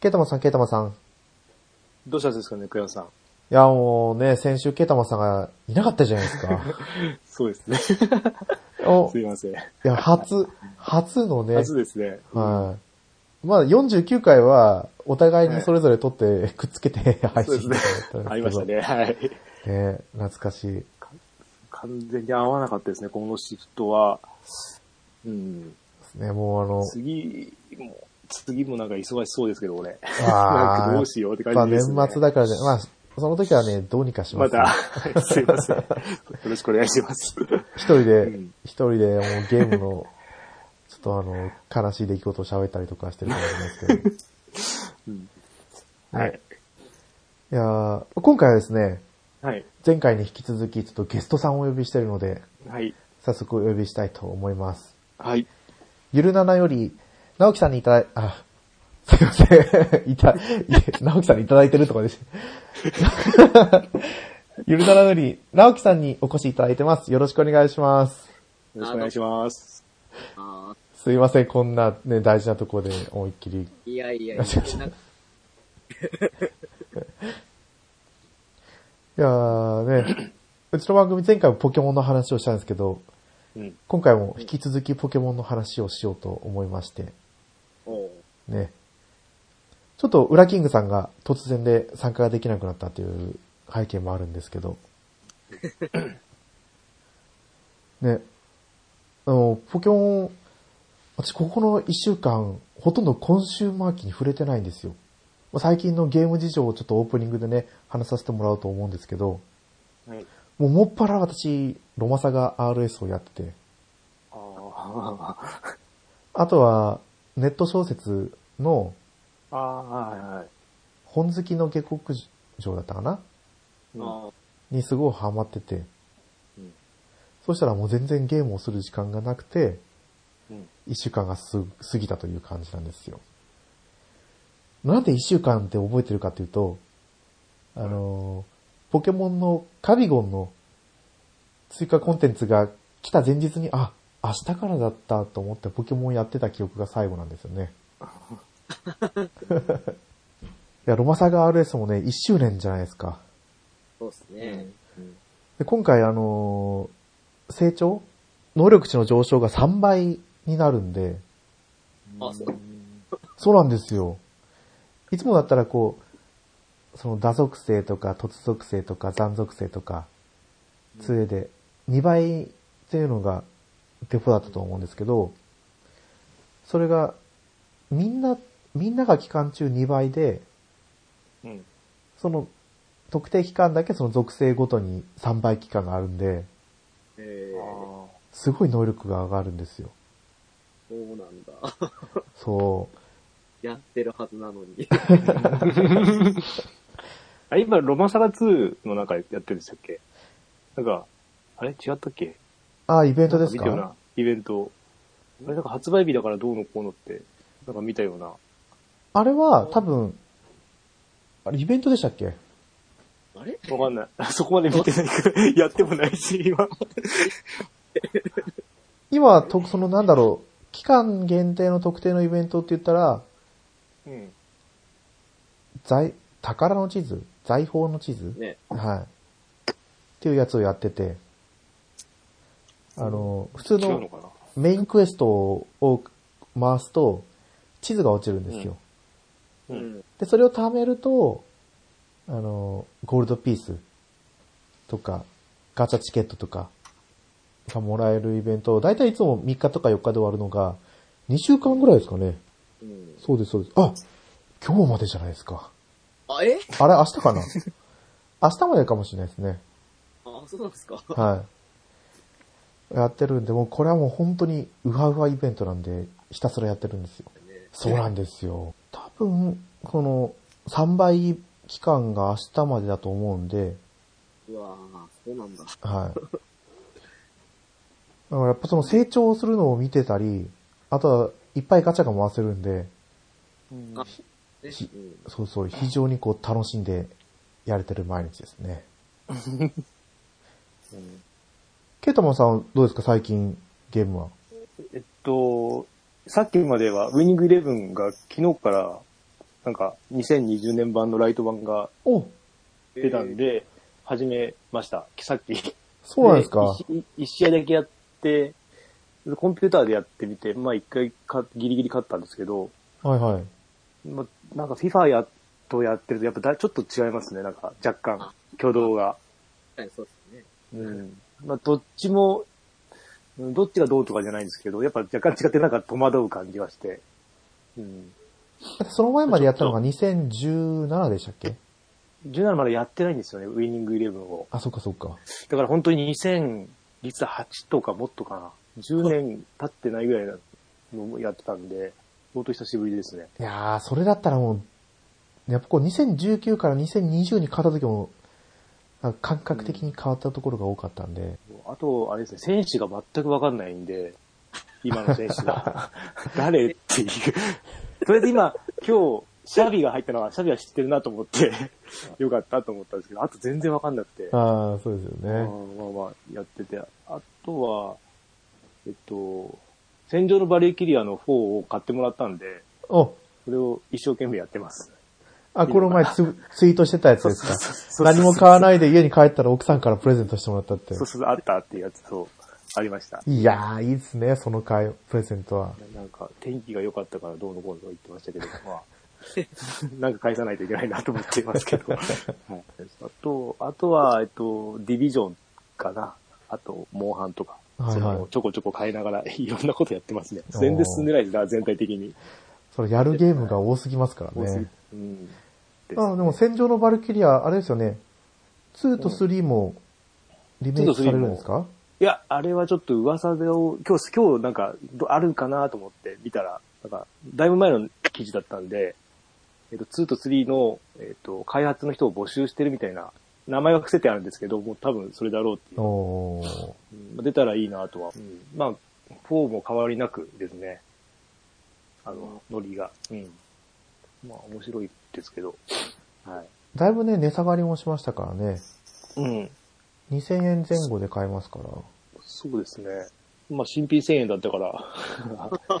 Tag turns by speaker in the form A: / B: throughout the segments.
A: ケイタマさん、ケイタマさん。い
B: どうしたんですかね、クヤさん。
A: や、もうね、先週ケイタマさんがいなかったじゃないです か。
B: そう ですね。
A: お
B: すいません。
A: いや、初、初のね、
B: 初ですね。
A: はい。まあ、49回は、お互いにそれぞれ撮って、くっつけて配
B: そう
A: 信
B: です
A: し
B: ね
A: たん。
B: あり
A: で
B: ますし
A: けど
B: た。ね。 はい。
A: ね、懐かしい。
B: 完全に合わなかったですね、このシフトは。うん。
A: ですね、もうあの、
B: 次も、次もなんか忙しそうですけど、俺。
A: あー
B: なんかどうしようって
A: やっぱ
B: 感じで
A: 年
B: す、ね。
A: 末だからね、まあ、その時はね、どうにかしま、
B: ますた、 はいすいません。よろしくお願いします。
A: 一人で、
B: うん
A: 一人でもうゲームの、ちょっとあの、悲しい出来事を喋ったりとかしてると思いますけど。
B: はい。
A: いやー今回はですね、
B: はい。
A: 前回に引き続き、ちょっとゲストさんをお呼びしてるので、
B: はい。
A: 早速お呼びしたいと思います。
B: はい。
A: ゆるななより、直樹さんにいただい、あ、すいません。い た、い直樹さんにいただいてるとかです。 ゆるななより、直樹さんにお越しいただいてます。よろしくお願いします。
B: よろしくお願いします。
C: あ
A: すいません、こんなね、大事なところで思いっきり。
C: ーいやいやい
A: あ
C: や
A: すいません、
C: なんか
A: いやーね、うちの番組前回もポケモンの話をしたんですけど、
B: うん。
A: 今回も引き続きポケモンの話をしようと思いまして、
C: おう
A: ね。ちょっと、ウラキングさんが突然で参加ができなくなったという背景もあるんですけど。ね。あの、ポケモン、私ここの一週間、ほとんどコンシューマー機に触れてないんですよ。まあ最近のゲーム事情をちょっとオープニングでね、話させてもらおうと思うんですけど、
B: はい。
A: もうもっぱら私、ロマサガ RS をやってて、
B: あー
A: あとは、ネット小説の
B: あー、はいはい。
A: 本好きの下克上だったかな
B: うん
C: あ
A: にすごいハマってて、
B: うん
A: そしたらもう全然ゲームをする時間がなくて、
B: うん
A: 一週間がす過ぎたという感じなんですよ。なんで一週間って覚えてるかっていうと、あのーポケモンのカビゴンの追加コンテンツが来た前日に、あ、明日からだったと思ってポケモンやってた記憶が最後なんですよ ね。いや、ロマサガ RS もね、1周年じゃないですか。
C: そうっすね。
B: うん
A: で今回、あのー成長能力値の上昇が3倍になるんで、
C: あそう
A: そうなんですよ。いつもだったらこう、その打属性とか突属性とか残属性とか、杖で2倍っていうのがデフォだったと思うんですけど、それが、みんな、みんなが期間中2倍で、
B: うん。
A: その特定期間だけその属性ごとに3倍期間があるんで、
C: えー、
B: あ
A: すごい能力が上がるんですよ。
C: そうなんだ。
A: そ
C: やってるはずな のに。
B: あ今、ロマサガ2の中でやってるんでしたっけなんか、あれ違ったっけ
A: う。あ、イベントです
B: 見たよう
A: か
B: なイベント。あれなんか発売日だからどうのこうのって、なんか見たような。
A: あれは多分、あれイベントでしたっけ
C: あれ
B: わかんない。 そこまで見てないから、 やってもないし、今。
A: 今、とそのなんだろう、期間限定の特定のイベントって言ったら、
B: うん。
A: 財、宝の地図財宝の地図
C: ね。
A: はい。っていうやつをやってて、あの、普通
B: 違う
A: の
B: のかな
A: メインクエストを回すと、地図が落ちるんですよ。
B: う
C: うんん。
A: で、それを貯めると、あの、ゴールドピースとか、ガチャチケットとかがもらえるイベント、だいたいいつも3日とか4日で終わるのが、2週間ぐらいですかね。
C: うん。
A: そうです、そうです。あ今日までじゃないですか。
C: あ、え
A: あれ、明日かな明日までかもしれないですね。
C: あ、そうなんで すか。
A: はい。やってるんで、もうこれはもう本当にウハウハイベントなんで、ひたすらやってるんですよ。そうなんですよ。多分、この3倍期間が明日までだと思うんで、
C: うわーそうなんだ。
A: はい。だからやっぱその成長するのを見てたり、あとはいっぱいガチャが回せるんで、
C: あ、ね
A: ひ
C: うん。
A: そうそう、非常にこう楽しんでやれてる毎日ですね。ケイタマンさんどうですか最近ゲームは。
B: えっと、さっきまでは、ウィニングイレブンが昨日からなんか、2020年版のライト版が
A: お
B: 出たんで、始めました。さっき。
A: そうなんですか。
B: で一一試合だけやって、コンピューターでやってみて、まあ一回か、ギリギリ勝ったんですけど、
A: はいはい。
B: まあ、なんか FIFA やとやってると、やっぱだちょっと違いますね、なんか若干、挙動が。
C: えー。はい、そうですね。
B: うん。まあどっちも、うんどっちがどうとかじゃないんですけど、やっぱ若干違ってなんか戸惑う感じがして。うん。
A: だってその前までやったのが2017でしたっけ
B: 17まだやってないんですよね、ウイニングイレブンを。
A: あ、そっかそっか。
B: だから本当に2000、実は8とかもっとかな。10年経ってないぐらいのやってたんで、相当久しぶりですね。
A: いやー、それだったらもう、やっぱこう2019から2020に変わった時も、なんか感覚的に変わったところが多かったんで、
B: あと、あれですね、選手が全くわかんないんで、今の選手が。誰っていう。とりあえず今、今日、シャビが入ったのは、シャビは知ってるなと思って、よかったと思ったんですけど、あと全然わかんなくて。
A: ああ、そうです
B: あ
A: よね。
B: まあまあ、やってて。あとは、えっと、戦場のバレーキリアの4を買ってもらったんで、
A: お、
B: それを一生懸命やってます。
A: あ、この前ツツイートしてたやつです
B: そうそうそうそ
A: か。
B: う
A: 何も買わないで家に帰ったら奥さんからプレゼントしてもらったって
B: そ。うそう、あったっていうやつ、そう、ありました。
A: いやー、いいですね、その会、プレゼントは。
B: なんか、天気が良かったからどうのこうのとか言ってま したけど、まあ、なんか返さないといけないなと思っています けど。はい、あと、あとは、えっと、ディビジョンかな。あと、モンハンとか。
A: はいはい
B: そのちょこちょこ変えながら、いろんなことやってますね。
A: おー
B: 全然進んでないですな、全体的に。
A: それやるゲームが多すぎますから
B: 多すぎ
A: ね。
B: うん。で
A: あでも戦場のバルキリア、あれですよね、2と3もリメイクされるんですか
B: いや、あれはちょっと噂でを、今日、今日なんか、どあるかなと思って見たら、なんか、だいぶ前の記事だったんで、えっと、2と3の、えっと、開発の人を募集してるみたいな、名前は伏せてあるんですけど、もう多分それだろうっていう。
A: おー。
B: うんまあ出たらいいなとは。うんまあ、4も変わりなくですね。あの、ノリが。うん。まあ、面白いですけど。はい。
A: だいぶね、値下がりもしましたからね。
B: うん。
A: 2000円前後で買えますから。
B: そうですね。まあ、新品1000円だったから。 だから、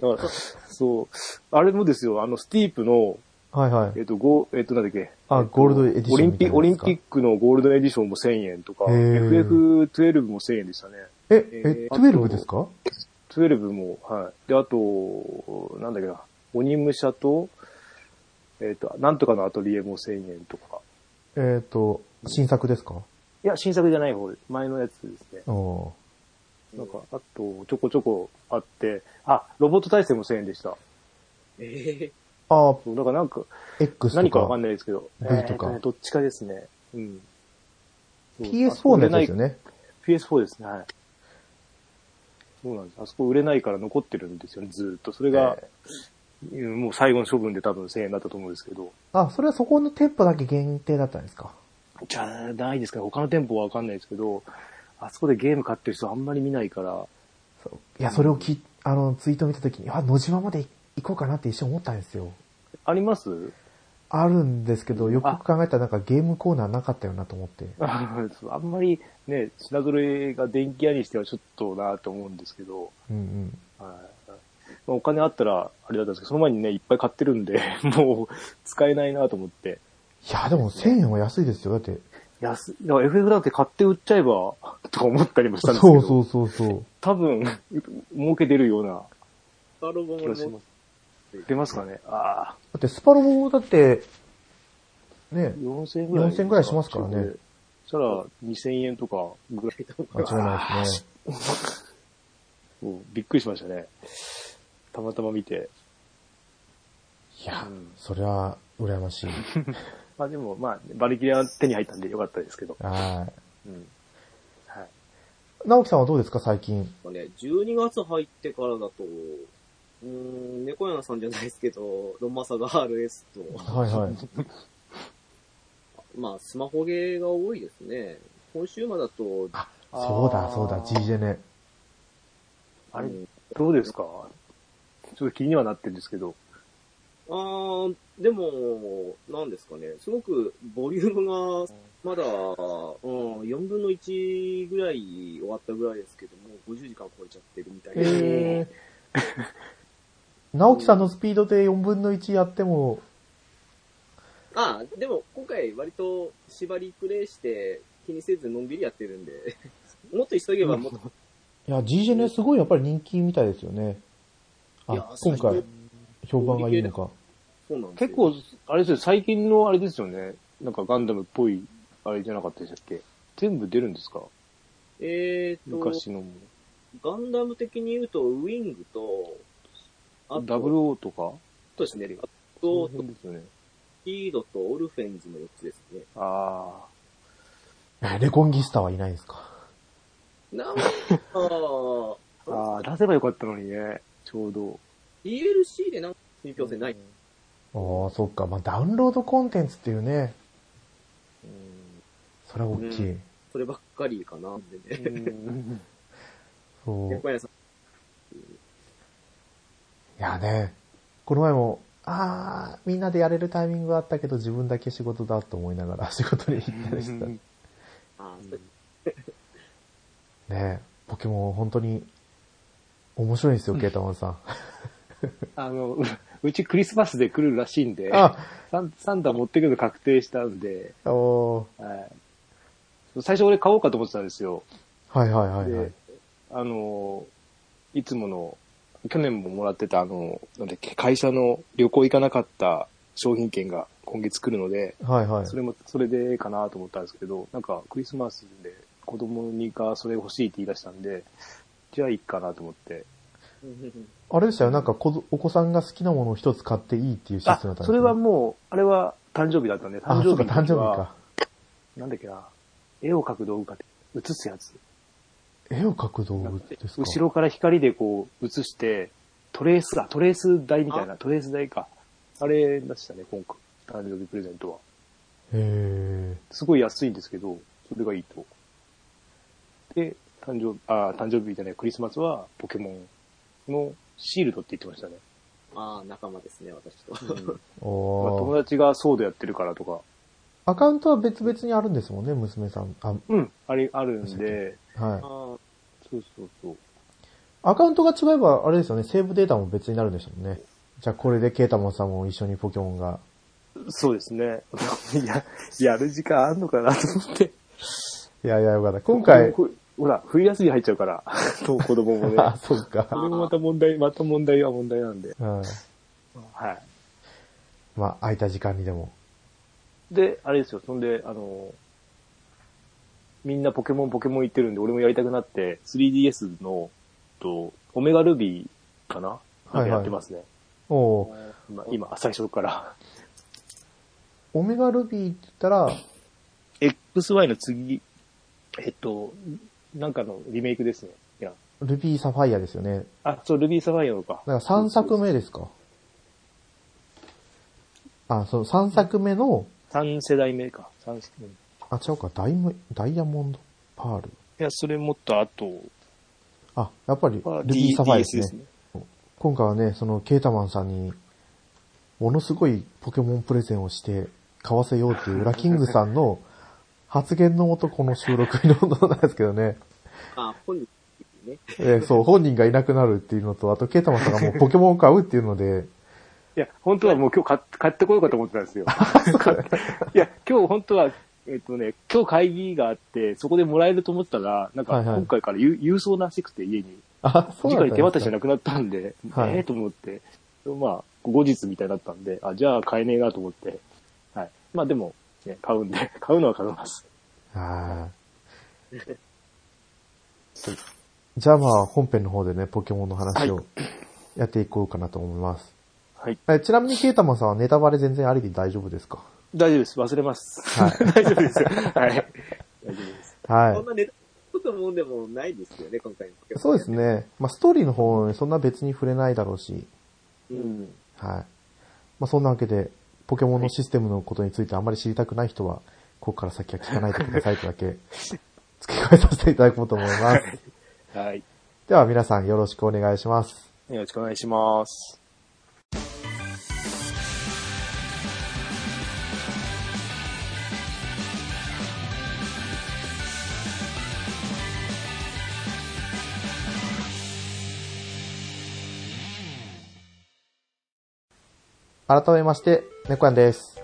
B: そう。あれもですよ、あの、スティープの、
A: はいはい
B: えっ、。と、ゴーえっ、と、なんだっけ。
A: あ、ゴールドエディシ
B: オ
A: ョ
B: リ
A: ン
B: ン
A: みた
B: ピ
A: い
B: ッ
A: な
B: ク、オリン
A: やつか。
B: ピックのゴールドエディションも1000円とか、
A: へー
B: FF12 も1000円でしたね。
A: え、え
B: え、ー
A: 12ですか
B: 12も、はい。で、あと、なんだっけな、鬼武者と、えっ、と、なんとかのアトリエも1000円とか。
A: えっと、新作ですか
B: いや、新作じゃない方、前のやつですね。
A: お
B: なんか、あと、ちょこちょこあって、あ、ロボット対戦も1000円でした。
C: え
A: ーあ
B: そう、だからなんか、
A: ー、X
B: 何
A: と
B: かわかん
A: か。
B: ないですけど。
A: V とか
B: えーねどっちかですね。うん。
A: PS4 のやつですよ
B: ね。
A: ね。
B: PS4 ですね、はい。そうなんです。あそこ売れないから残ってるんですよね、ずーっと。それが、うんもう最後の処分で多分1000円だったと思うんですけど。
A: あ、それはそこの店舗だけ限定だったんですか
B: じゃないですかね。他の店舗はわかんないですけど、あそこでゲーム買ってる人あんまり見ないから、
A: いや、それをき、あの、ツイート見たときに、あ、野島まで行こうかなって一瞬思ったんですよ。
B: あります
A: あるんですけど、よくよく考えたらなんかゲームコーナーなかったよなと思って。
B: ああんまりね、品揃えが電気屋にしてはちょっとなと思うんですけど、
A: うんうん。
B: はいまあ、お金あったらあれだったんですけど、その前にね、いっぱい買ってるんで、 もう使えないなと思って。
A: いや、でも1000円は安いですよ。だって。
B: 安、だから FF だって買って売っちゃえば、 とか思ったりもしたんですけ
A: そ
B: ど、
A: うそうそうそう。
B: 多分、儲け出るような
C: ー、バロボ
B: 気
C: も
B: がし
C: も
B: ます。出ますかねああ、
A: だってスパロボだって、ね、
B: 4000円ぐらい。
A: 4000ぐらいしますからね。
B: そしたら2000円とかぐらいだ
A: 間違いないですね。
B: も うびっくりしましたね。たまたま見て。
A: いや
B: うん、
A: それは羨ましい。
B: まあでも、まあ、バリキリは手に入ったんでよかったですけど。
A: は
B: うん。はい。
A: い。直樹さんはどうですか、最近。
C: うね、12月入ってからだと、うーん、猫屋さんじゃないですけど、ロンマサが RS と、
A: はいはい。
C: まあ、スマホゲーが多いですね。今週まだと、
A: あ、そうだ
B: あー
A: そうだ、G ジェネ。
B: あれ
C: う、ん
B: どうですかちょっと気にはなってるんですけど。
C: あーでも、なんですかね、すごくボリュームが、まだ、うん、4分の1ぐらい終わったぐらいですけども、50時間超えちゃってるみたいな。
A: えー。直樹さんのスピードで4分の1やっても、
C: ああ、でも今回割と縛りプレイして気にせずのんびりやってるんで、 もっと急げばもっと、
A: いや、G ジェネすごいやっぱり人気みたいですよね。
C: いや
A: あ、今
C: 最
A: 回、評判がいいのか。
C: そうなんですよ
B: 結構、あれですよ、最近のあれですよね。なんかガンダムっぽい、あれじゃなかったでしたっけ全部出るんですか
C: えー、と、
B: 昔のも。
C: ガンダム的に言うと、ウィングと、あ
B: ダブル
C: と、
B: オーとか
C: とですね、あ
B: そ
C: と、
B: うですよね。
C: リードとオルフェンズの4つですね。
B: あ
A: えレコンギスタはいないんですか
C: なんか、
B: あ。ああ、出せばよかったのにね。ちょうど。
C: DLC でなんか信憑性ない。
A: ああ、そっか。まあ、ダウンロードコンテンツっていうね、
B: う
A: それは大きい。
C: うそればっかりかな、でね。
B: ん。
A: そう。い
C: 猫屋さん。
A: やね、この前も、ああ、みんなでやれるタイミングはあったけど、自分だけ仕事だと思いながら 仕事に行ってました。
C: あー
A: ねポケモン本当に面白いんですよ、ケータマンさん。
B: あの、 ううちクリスマスで来るらしいんで、
A: あ、
B: サンサンタ持ってくるの確定したんで、
A: お
B: はい、最初俺買おうかと思ってたんですよ。
A: ーはいはいはいはい
B: で。、あの、いつもの、去年ももらってたあの、なんだっけ、会社の旅行行かなかった商品券が今月来るので、
A: はいはい
B: そ。れも、それでかなと思ったんですけど、なんかクリスマスで子供にがそれ欲しいって言い出したんで、じゃあいいかなと思って。
A: あれでしたよ、なんかこ、お子さんが好きなものを一つ買っていいっていうシ
B: あ
A: ステムだった、んです
B: そ
A: ね
B: れはもう、あれは誕生日だったんで、誕
A: あ、そ
B: 生
A: うか、
B: 日の
A: 誕
B: 時
A: 生日
B: は
A: か。
B: なんだっけな、絵を描く道具かって、映すやつ。
A: 絵を描く道具ですか
B: 後ろから光でこう映して、トレースだ、トレース台みたいな、トレース台か。あれでしたね、今回。誕生日プレゼントは。
A: へ
B: すごい安いんですけど、それがいいと。で、誕生日、あー、誕生日じゃない、クリスマスはポケモンのシールドって言ってまし たね。
C: あー、仲間ですね、私と。
A: ー。
B: まあ
A: お
B: 友
A: ー
B: 達がソードやってるからとか、
A: アカウントは別々にあるんですもんね、娘さん。あ、
B: うん、あれ、あるんで、
A: はい。
C: あ
B: そうそうそう。
A: アカウントが違えば、あれですよね、セーブデータも別になるんでしたもんね。じゃあ、これでケータマンさんも一緒にポケモンが。
B: そうですね。 いや、やる時間あんのかなと思って。
A: いやいや、よかった。今回、
B: ほほら、冬休み入っちゃう から、と子供もね。
A: あ、そう
B: こ
A: か。
B: れもまた問題、また問題は問題なんで。
A: うん。
B: は
A: まあ、空いた時間にでも。
B: い。で、あれですよ、そんで、あの、みんなポケモンポケモン行ってるんで、俺もやりたくなって、3DS の、と、オメガルビーかななんかやってますね。
A: おー
B: まあ今、最初から。
A: オメガルビーって言ったら、
B: XY の次、えっと、なんかのリメイクですね。いや、
A: ルビーサファイアですよね。
B: あ、そう、ルビーサファイアのか。
A: だから3作目ですか。あ、そう、3作目の、
B: 3世代目か。三世代目。い
A: あ、違うか、ダイムダイヤモンドパール。
B: や、それもっと後、
A: あ、やっぱり、ル
B: は
A: ビーサファイアです
B: DS
A: ね。今回はね、その、ケータマンさんに、ものすごいポケモンプレゼンをして、買わせようっていう、ラキングさんの発言のもとこの収録に臨んだんですけど ね。
C: あー、本人ね。
A: えーそう、本人がいなくなるっていうのと、あと、ケータマンさんがもうポケモンを買うっていうので、
B: いや、本当はもう今日買っ買ってこようかと思ってたんですよ。 いや、今日本当は、えっ、とね、今日会議があって、そこでもらえると思ってたら、な
A: は
B: んか
A: いはい
B: 今回から郵郵送らしくて家に。
A: あ、 そうな
B: 直
A: ん
B: に手
A: で
B: 渡し
A: す
B: じゃ
A: か。
B: なくなったんで、
A: はい
B: ええと思って、まあ、後日みたいだったんで、あ、じゃあ買えねえなと思って、はい。まあでも、ね、買うんで、 買うのは買います。
A: あーじゃあまあ、本編の方でね、ポケモンの話をやっていこうかなと思います。
B: はい。
A: えちなみに、ケータマンさんはネタバレ全然ありで大丈夫ですか
B: 大丈夫です。忘れます。 大丈夫ですよ。はい。大丈夫です。
A: はい
C: そん。なネタ、こともんでもないですよね、今回のポケモン
A: そうです。ね。まあ、ストーリーの方にそんな別に触れないだろうし、
B: う
C: うん
B: ん。
A: はい。まあ、そんなわけで、ポケモンのシステムのことについてあまり知りたくない人は、ここから先は聞かないでくださいとだけ、 付け加えさせていただこうと思います。
B: はい。
A: では皆さんよろしくお願いします。
B: よろしくお願いします。
A: 改めまして、猫やんです。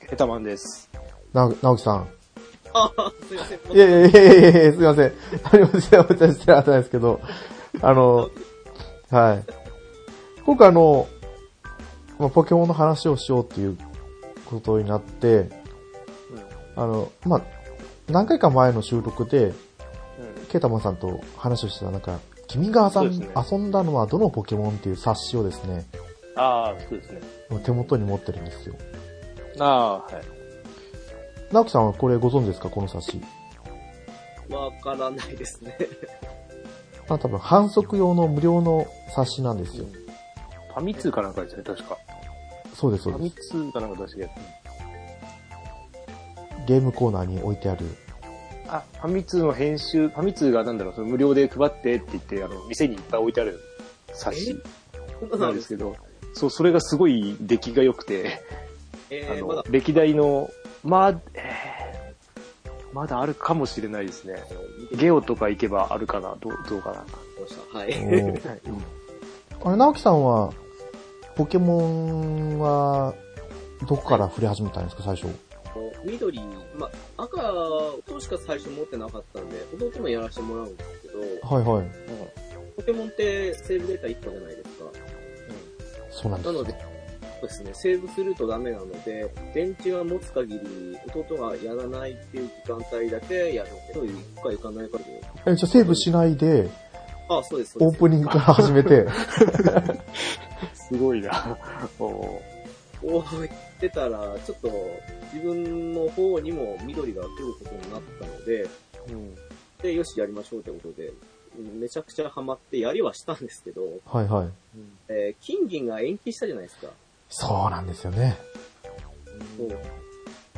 B: ヘタマンです。
A: な、直樹さん。
C: ああ、すいません。
A: いやいやいやいやいやすいません。何もしてなかったしてなかったですけど、あの、はい。今回あの、まあ、ポケモンの話をしようっていうことになって、あの、まあ、何回か前の収録で、ケータマンさんと話をしてた中、君が遊,、
B: そうんですね
A: 遊んだのはどのポケモンっていう冊子をですね、
B: ああ、そうですね。
A: 手元に持ってるんですよ。
B: ああ、はい。
A: 直樹さんはこれご存知ですかこの冊子。
C: わからないです ね。
A: まあ多分反則用の無料の冊子なんですよ。
B: ファミ通かなんかですね、確か。
A: そうです、そ
B: フ
A: う
B: ァ
A: で
B: ミ
A: す。
B: 通かなんか出してるや
A: ゲームコーナーに置いてある。
B: つ。あ、ファミ通の編集、ファミ通がなんだろう、その無料で配ってって言って、あの、店にいっぱい置いてある冊子
C: こんなの
B: な
C: あ
B: ん
C: るん
B: で
C: ですす
B: けど、そう、それがすごい出来が良くて、
C: え
B: あ
C: ー、
B: の、
C: まだ、
B: 歴代の、まあ、えーまだあるかもしれないですね。
C: 見てみ
B: ゲオとか行けばあるかな、どうどうかな。
C: ました。はい。
A: おーあれ、直樹さんは、ポケモンは、どこから触れ始めたんですか、最初。
C: 緑、まあ、赤としか最初持ってなかったんで、弟もやらせてもらうんですけど、
A: はいはい。
C: ポケモンってセーブデータ1個じゃないですか。
A: そうなんです
C: なの
A: よ
C: で、そうですね、セーブするとダメなので、電池が持つ限り、弟がやらないっていう時間帯だけやるというか行かないかという。
A: え、じゃあセーブしないで、
C: あ、そうです、そう
A: オ
C: で
A: ー
C: す。
A: プニングから始めて、
B: すごいな。 お
C: を置いてたら、ちょっと自分の方にも緑が来ることになったので、
B: うん、
C: で、よし、やりましょうってことで、めちゃくちゃハマってやりはしたんですけど、
A: はいはい。
C: えー金銀が延期したじゃないですか。
A: そうなんですよね。
C: そう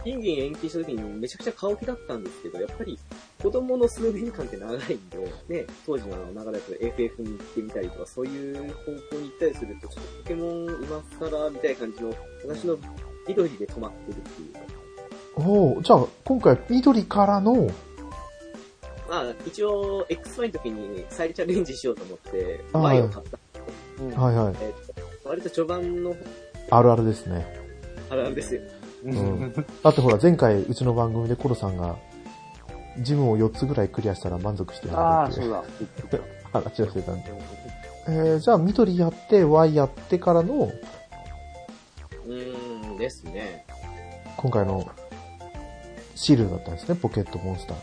C: 金銀延期した時にめちゃくちゃ買う気だったんですけど、やっぱり子供の数年間って長いんで、ね、当時のあの流れと FF に行ってみたりとか、そういう方向に行ったりすると、ちょっとポケモン今更みたいな感じの、私の緑で止まってるっていうか。
A: おおじゃあ、今回、緑からの、
C: まあ、一応、X イの時に再チャレンジしようと思って、
A: あー
C: 前を買った。
B: うん
A: はいはい。
C: えっ、と、割と序盤の
A: あるあるですね。
C: あるあるですよ。
A: んだってほら、前回、うちの番組でコロさんが、ジムを4つぐらいクリアしたら満足して
B: あ
A: や
B: あ、
A: るってい
B: そ
A: うう
B: だ。
A: 話をしてたんで。えー、じゃあ、緑やって、Y やってからの、
C: うーん、ですね。
A: 今回のシールだったんですね、ポケットモンスター。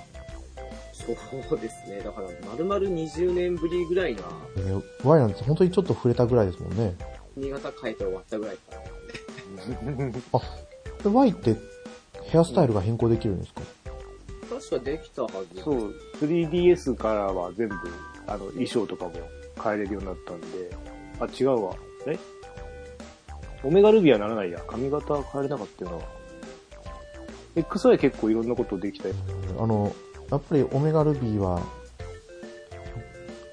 C: そうですね。だから、丸々20年ぶりぐらいな、
A: えー Y なんて本当にちょっと触れたぐらいですもんね。
C: 新潟帰って終わったぐらいかな。
A: で Y ってヘアスタイルが変更できるんですか、
C: 確かできたはず。
B: そ。う、3DS からは全部、あの、衣装とかも変えれるようになったんで、あ、違うわ。えオメガルビーはならないや。髪型は変えれなかったよな。XY 結構いろんなことできたよ。
A: うんあの、やっぱりオメガルビーは、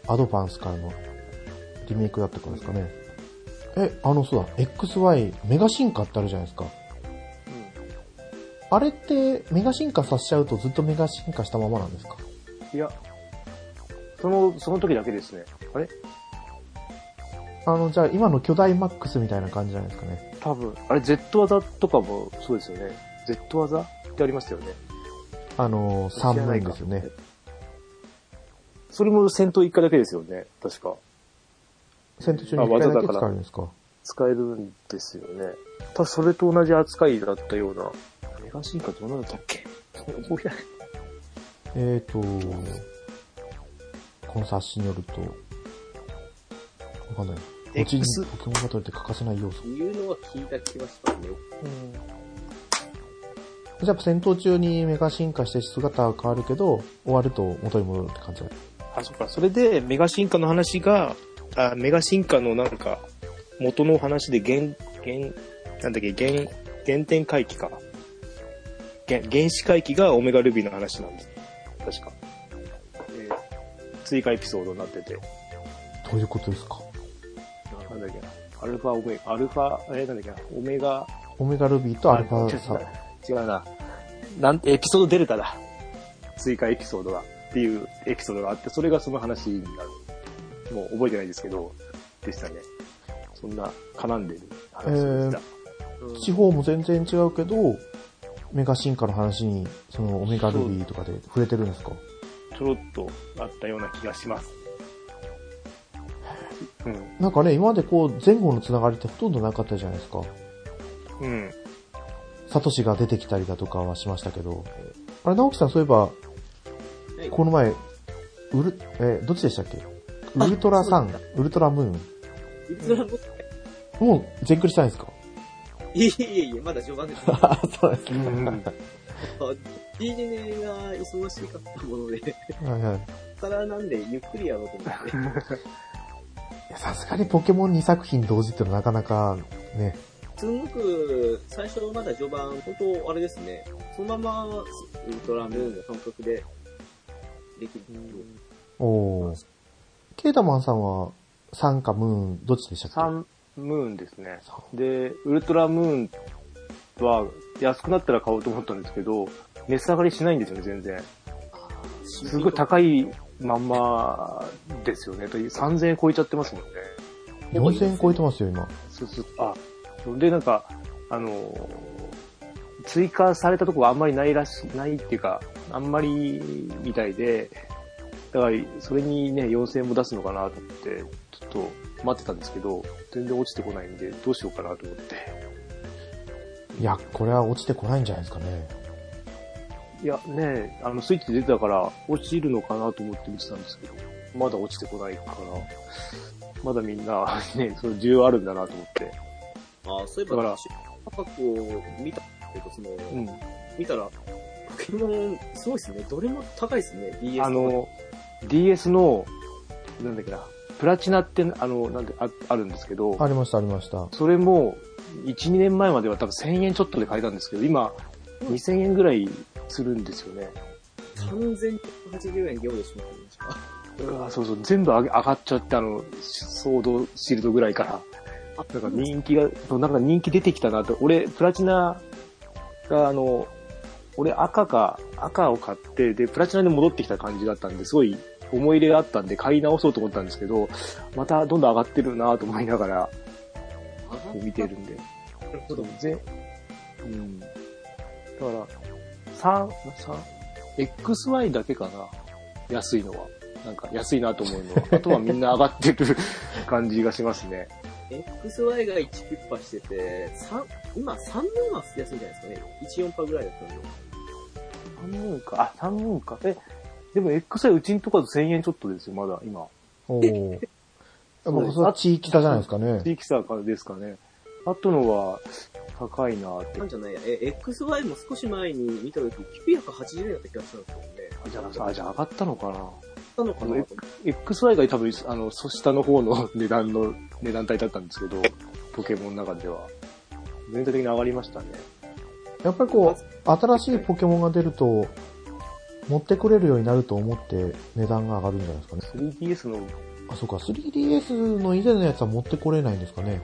A: アドバンスからのリメイクだったからですかね。え、あの、そうだ、XY メガ進化ってあるじゃないですか。あれってメガ進化させちゃうとずっとメガ進化したままなんですか
B: いや、その、その時だけですね。あれ
A: あの、じゃあ今の巨大マックスみたいな感じじゃないですかね。
B: 多分、あれ Z 技とかもそうですよね。Z 技ってありましたよね。
A: あの、3分ですよね。
B: それも戦闘1回だけですよね。確か。
A: 戦闘中に1回だけ使えるんですか
B: 使えるんですよね。たそれと同じ扱いだったような。メガ進化どうなんだったっけ覚え
A: えーと、この冊子によると、わかんない。後に
B: X
A: ポケモンバトルって欠かせない要素。
C: いうのは聞いた気がしますね。
A: じゃあ戦闘中にメガ進化して姿が変わるけど、終わると元に戻るって感じだ。
B: あ、そっか。それで、メガ進化の話が、あメガ進化のなんか、元の話で原、原、なんだっけ、原、原点回帰か。原、原始回帰がオメガルビーの話なんです。確か。えー追加エピソードになってて。
A: どういうことですか
B: なんだっけな。アルファオメ、アルファ、えーなんだっけな。オメガ、
A: オメガルビーとアルフ
B: あ
A: ァサ。
B: 違う違うな。なんエピソードデルタだ。追加エピソードだ。っていうエピソードがあって、それがその話になる。もう覚えてないですけど、でしたね。そんな絡んでる話でした。
A: 地方も全然違うけど、メガ進化の話に、そのオメガルビーとかで触れてるんですか
B: ちょろっとあったような気がします。うん。
A: なんかね、今までこう、前後のつながりってほとんどなかったじゃないですか。
B: うん。
A: サトシが出てきたりだとかはしましたけど。あれ、直樹さん、そういえば、
C: はい
A: この前、ウル、えーどっちでしたっけウルトラサン
C: そう、
A: ウルトラムーン。
C: ウルトラボ
A: もう、全クリしたいんですか
C: いえいえいえ、まだ序盤です。
A: あ、そうなんですね
B: うん。
C: DJ が忙しかったもので、 こ
A: はいはい。
C: こからなんでゆっくりやろうと思って。
A: いやさすがにポケモン2作品同時ってのはなかなか、ね。
C: すごく、最初まだ序盤、本当あれですね、そのままウルトラムーンの感覚でできる。
A: おー。ケータマンさんは、サンかムーン、どっちでしたっけ
B: サンムーンですね。
A: サン
B: で、ウルトラムーンは安くなったら買おうと思ったんですけど、値下がりしないんですよね、全然。すごい高いまんまですよね。という3000円超えちゃってますもんね。
A: 4000円超えてますよ、今。
B: そうそう。あ、で、なんか、あのー、追加されたとこはあんまりないらしい、ないっていうか、あんまりみたいで、だから、それにね、4000円も出すのかなと思って、ちょっと待ってたんですけど、全然落ちてこないんで、どうしようかなと思って。
A: いや、これは落ちてこないんじゃないですかね。
B: いや、ねあの、スイッチで出てたから、落ちるのかなと思って見てたんですけど、まだ落ちてこないから、まだみんな、 ね、その需要あるんだなと思って。
C: あそういえ
B: だか
C: ば
B: ら、
C: 価格を見たけど、その、
B: うん。
C: 見たら、ポケモン、すごいですね。どれも高いですね。DS
B: あの、DS の、なんだっけな、プラチナって、あの、なんで、ああるんですけど、
A: ありました、ありました。
B: それも、1、2年前までは多分1000円ちょっとで買えたんですけど、今、2000円ぐらいするんですよね。
C: 3180円ゲオでしまってました。
B: うわそうそう、全部上げ上がっちゃって、あの、ソードシールドぐらいから。なんか人気が、そうなんか人気出てきたなと。俺、プラチナが、あの、俺赤か、赤を買って、で、プラチナで戻ってきた感じだったんで、すごい思い入れがあったんで、買い直そうと思ったんですけど、またどんどん上がってるなと思いながら見てるんで。
C: なる
B: そ
C: ほ
B: う
C: ど
B: だもんぜ。うん。だから、3、3、XY だけかな。安いのは。なんか安いなと思うのは。あとはみんな上がってる 感じがしますね。
C: XY が1キュッパしてて、三今3分は安いんじゃないですかね。14パぐらいだったんで。
B: 3分か。あ、3分か。え、でも XY うちんとこだと1000円ちょっとですよ、まだ今。
A: お ー。やっぱそれは地域差じゃないですかね。
B: 地域差からですかね。あとのは高いなって
C: なん。じゃないや、え、XY も少し前に見た時、980円だった気がしたんですよね。
B: あじゃあ、あじゃあ上がったのかな。
C: ったのかな
B: あの XY が多分、あの、そ下の方の 値段の、値段帯だったんですけど、ポケモンの中では。全体的に上がりましたね。
A: やっぱりこう、新しいポケモンが出ると、持ってくれるようになると思って値段が上がるんじゃないですかね。
B: 3DS の
A: あ、そうか、3DS の以前のやつは持ってこれないんですかね。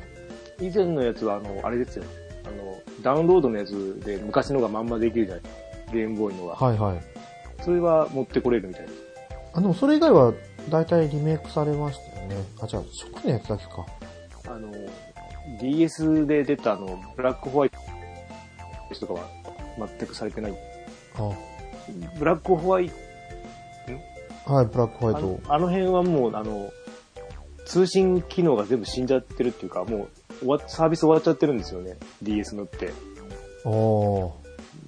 B: 以前のやつは、あの、あれですよ。あの、ダウンロードのやつで昔のがまんまできるじゃないゲームボーイのは。
A: はいはい。
B: それは持ってこれるみたいです。
A: あ、でもそれ以外は、だいたいリメイクされましたよね。あ、じゃあ、初期のやつだけか。
B: あの、DS で出たあの、ブラックホワイトとかは全くされてない。ブラックホワイト
A: あ、はい、ブラックホワイ
B: あ
A: ト
B: の。あの辺はもう、あの、通信機能が全部死んじゃってるっていうか、もう終わ、サービス終わっちゃってるんですよね。DS のって。
A: お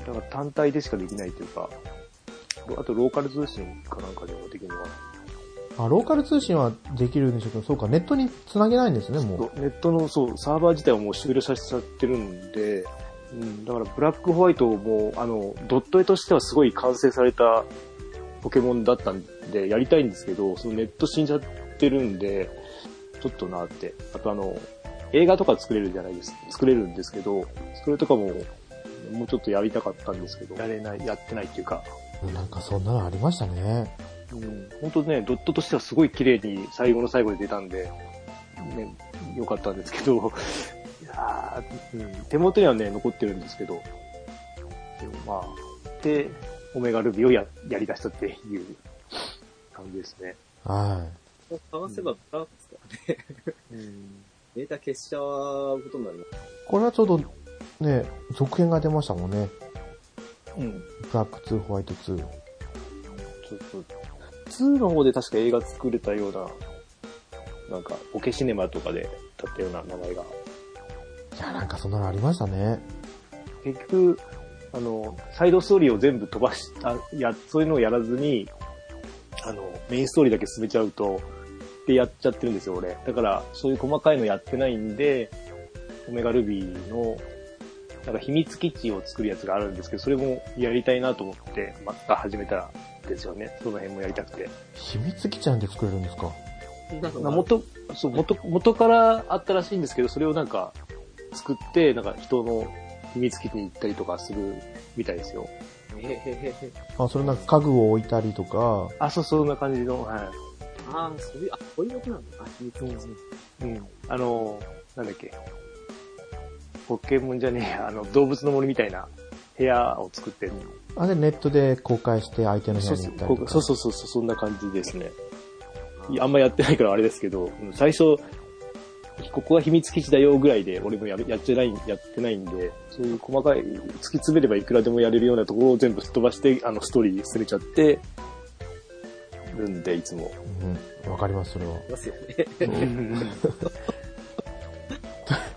A: ー。
B: だから単体でしかできないというか、あとローカル通信かなんかでもできるのは、
A: あ、ローカル通信はできるんでしょうけど、そうか、ネットに繋げないんですね、もう。
B: ネットのそう、サーバー自体をもう終了させちゃってるんで、うん、だからブラックホワイトも、あの、ドット絵としてはすごい完成されたポケモンだったんで、やりたいんですけど、そのネット死んじゃってるんで、ちょっとなって。あとあの、映画とか作れるじゃないですか。作れるんですけど、それとかも、もうちょっとやりたかったんですけど、やれない、やってないっていうか、
A: なんかそんなのありましたね。
B: うん、本当ね、ドットとしてはすごい綺麗に最後の最後で出たんで、ね、良かったんですけど、いやーうん、手元にはね、残ってるんですけど、でもまあ、で、オメガルビーをややり出したっていう感じですね。
A: はい。
C: 探せばブラックですか
B: うん、
C: データ消しちゃうことになります。
A: これはちょうど、ね、続編が出ましたもんね。
B: うん。
A: ブラック2、ホワイト2。
B: ちょっと、2の方で確か映画作れたような、なんか、オケシネマとかでだったような名前が。
A: いや、なんかそんなのありましたね。
B: 結局、あの、サイドストーリーを全部飛ばし、あや、そういうのをやらずに、あの、メインストーリーだけ進めちゃうと、ってやっちゃってるんですよ、俺。だから、そういう細かいのやってないんで、オメガルビーの、なんか秘密基地を作るやつがあるんですけど、それもやりたいなと思って、また始めたんですよね。その辺もやりたくて。
A: 秘密基地なんて作れるんですか
C: なんか
B: な元、そう、元、元からあったらしいんですけど、それをなんか、作って、なんか人の秘密基地に行ったりとかするみたいですよ。
C: へへへへ
A: あ、それなんか家具を置いたりとか、
B: あ、そう、そんな感じの、は
C: ああ、そういう、あ、こういうことなんだ。あ、秘密基地
B: い。うん。あの、なんだっけ。ポケモンじゃねえや、あ の、動物の森みたいな部屋を作ってる。
A: あれネットで公開して相手の部屋
B: そう
A: に
B: そ
A: 行
B: う
A: ったりとか。
B: そうそうそう、そんな感じですね。いやあんまやってないからあれですけど、うん最初、ここが秘密基地だよぐらいで、俺もやめやってない、やってないんで、そういう細かい、突き詰めればいくらでもやれるようなところを全部すっ飛ばして、あの、ストーリー進めちゃって、るんで、いつも。
A: うん、わかります、それは。
C: ますよね。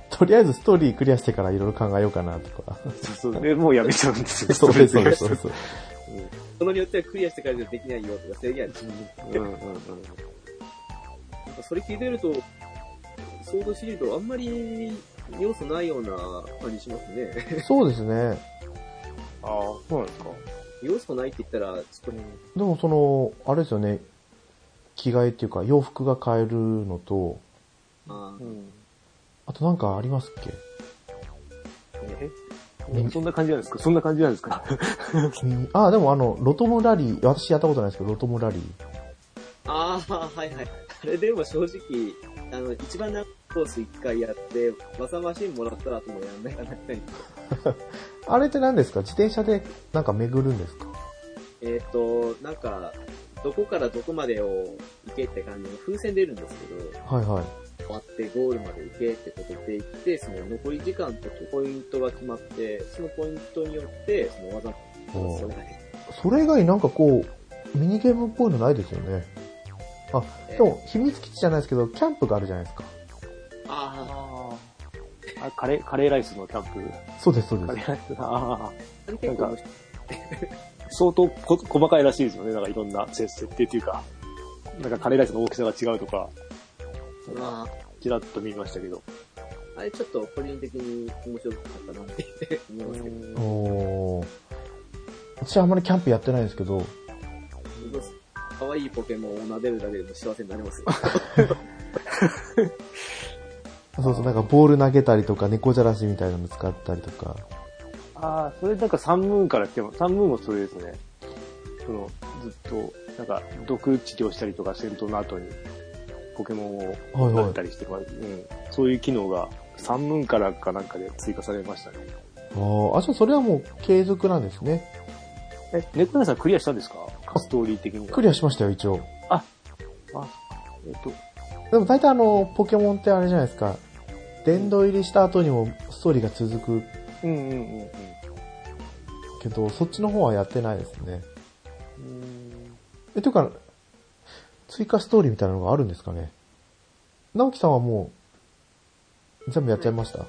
A: とりあえずストーリークリアしてからいろいろ考えようかなとか。
B: そうそう。で、もうやめちゃうんですよ、
A: そうそうそうそう。
C: そのによってはクリアしてからじゃできないよとか制限あるし
B: うんうんうん。
C: なんかそれ聞いてると、ソードシールドあんまり要素ないような感じしますね。
A: そうですね。
B: ああ、そうなんですか。
C: 要素ないって言ったら、ちょっ
A: でもその、あれですよね。着替えっていうか洋服が買えるのと、
C: と、あ
B: う
C: ー
B: ん。
A: あとなんかありますっけ
B: えそんな感じなんですかそんな感じなんですか
A: うんあ、でもあの、ロトムラリー、私やったことないですけど、ロトムラリー。
C: あー、はいはい。あれでも正直、あの、一番長いコース一回やって、技マシンもらったらあともうやんないかなみたいな。
A: あれって何ですか自転車でなんか巡るんですか
C: えっ、と、なんか、どこからどこまでを行けって感じの風船出るんですけど、
A: はいはい。
C: 終わってゴールまで行けってことで行って、その残り時間とポイントが決まって、そのポイントによって、その技の
A: おー
C: それだけ。
A: それ以外になんかこう、ミニゲームっぽいのないですよね。あ、でも秘密基地じゃないですけど、キャンプがあるじゃないですか。
C: あ
B: ああ。カレー、カレーライスのキャンプ。
A: そうです、そう
B: カ
A: で
B: レ
A: す。
B: ーライス、 ああ。
C: あ、結構面白い
B: 相当こ細かいらしいですよね。なんかいろんな設設定っていうか、なんかカレーライスの大きさが違うとか、
C: な。
B: ちらっと見ましたけど。
C: あれちょっと個人的に面白かったなって思いますけど、
A: おー。私はあんまりキャンプやってないんですけど、
C: 可愛いポケモンを撫でるだけでも幸せになりますよ。
A: そうそう、なんかボール投げたりとか、猫じゃらしみたいなの使ったりとか。
B: ああ、それなんかサンムーンから来ても、サンムーンもそれですね。その、ずっと、なんか、毒治療したりとか、戦闘の後に、ポケモンを
A: はい
B: な
A: は
B: っ
A: い。
B: たりしてもらう、うん。そういう機能が、サンムーンからかなんかで追加されましたね。
A: あーあ、じゃあそれはもう継続なんですね。
B: え、猫屋さんクリアしたんですかストーリー的には。
A: クリアしましたよ、一応。
B: えっと、
A: でも大体あの、ポケモンってあれじゃないですか。殿堂入りした後にもストーリーが続く
B: うんうんうんうん。
A: けど、そっちの方はやってないですね。え、というか、追加ストーリーみたいなのがあるんですかね。直樹さんはもう、全部やっちゃいました。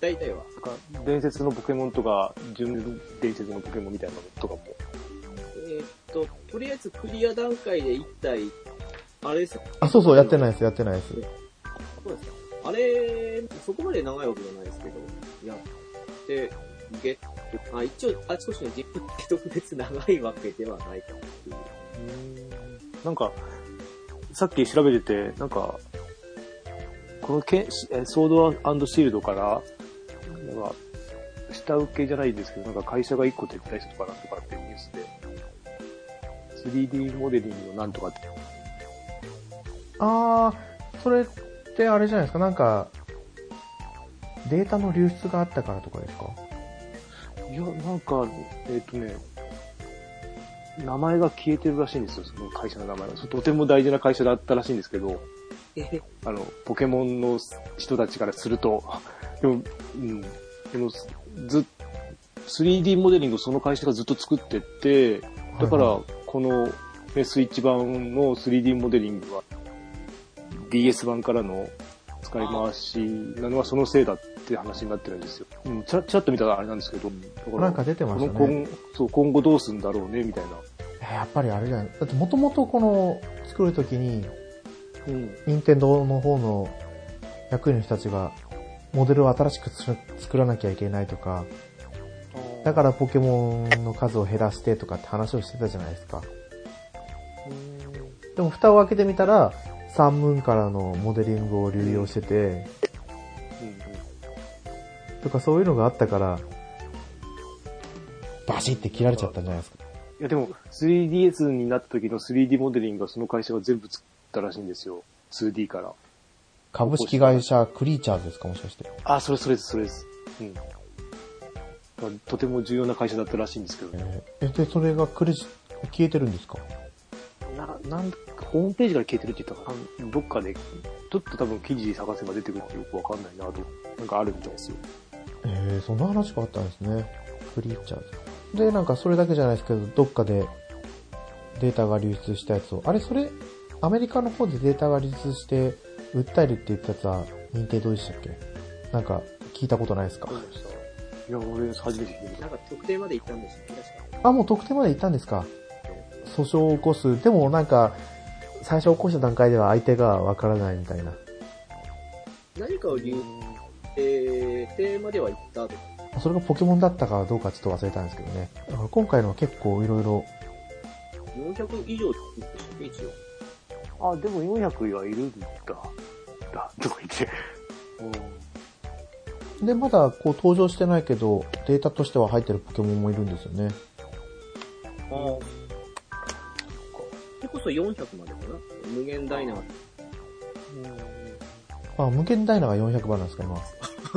C: 大体は。
B: なんか伝説のポケモンとか、純伝説のポケモンみたいなのとかも。
C: えーっと、とりあえずクリア段階で1体、あれですよ
A: あ、そうそう、やってないです、やってないです。
C: そうですか。あれ、そこまで長いわけじゃないですけど、やって、ゲット、あ、一応、あちこちの実況って特別長いわけではないかなっていう。
B: なんか、さっき調べてて、なんか、このけんえソードシールドから、なんか、下請けじゃないですけど、なんか会社が1個撤退したとかなんとかっていうニュースで、3D モデリングのなんとかって、
A: あー、それってあれじゃないですか、なんか、データの流出があったからとかですか
B: いや、なんか、えっ、とね、名前が消えてるらしいんですよ、その会社の名前が。とても大事な会社だったらしいんですけど、
C: え
B: あの、ポケモン の人たちからすると、でも、うん、でもず、 3D モデリングをその会社がずっと作ってって、だか
A: はい
B: ら、この、ね、スイッチ版の 3D モデリングは、DS 版からの使い回しなのはそのせいだって話になってるんですよ。うん、ちらちらっと見たらあれなんですけど、だから
A: なんか出てましたね
B: この今そう今後どうするんだろうね、みたいな。
A: やっぱりあれじゃない。だってもともとこの作るときに、
B: うん。
A: 任天堂の方の役員の人たちが、モデルを新しくつ作らなきゃいけないとか、だからポケモンの数を減らしてとかって話をしてたじゃないですか。でも蓋を開けてみたら、サンムーンからのモデリングを流用してて、とかそういうのがあったから、バシって切られちゃったんじゃないですか。
B: いやでも 3DS になった時の 3D モデリングはその会社が全部作ったらしいんですよ。2D から。
A: 株式会社クリーチャーズですか、もしかして。
B: あ、それそれです、それです。うん。まあとても重要な会社だったらしいんですけどね。
A: えー、で、それがクレジ消えてるんですか
B: な、なんか、ホームページから消えてるって言ったかな。どっかで、ちょっと多分記事探せば出てくるってよくわかんないなと。なんかあるみたいですよ。
A: えー、そんな話があったんですね。クリーチャーズ。で、なんかそれだけじゃないですけど、どっかでデータが流出したやつを、あれ、それ、アメリカの方でデータが流出して、訴えるって言ったやつは、認定どうでしたっけなんか、聞いたことないですか
B: いや、俺、初めて聞いた。
C: なんか特定まで行ったんでしたっけ確か。
A: あ、もう特定まで行ったんですか訴訟を起こす。でもなんか、最初起こした段階では相手がわからないみたいな。
C: 何かを理由、えー、テーマでは行ったとか。
A: それがポケモンだったかどうかちょっと忘れたんですけどね。だから今回のは結構いろいろ、
C: 400以上って言ってたっけ一応。
B: あ、でも400はいるんだ。だ、とか言って。
A: で、まだこう登場してないけど、データとしては入ってるポケモンもいるんですよね。
C: ああ。それこそ400までかな無限ダイナー。
A: あ、無限ダイナが400番なんですか、今。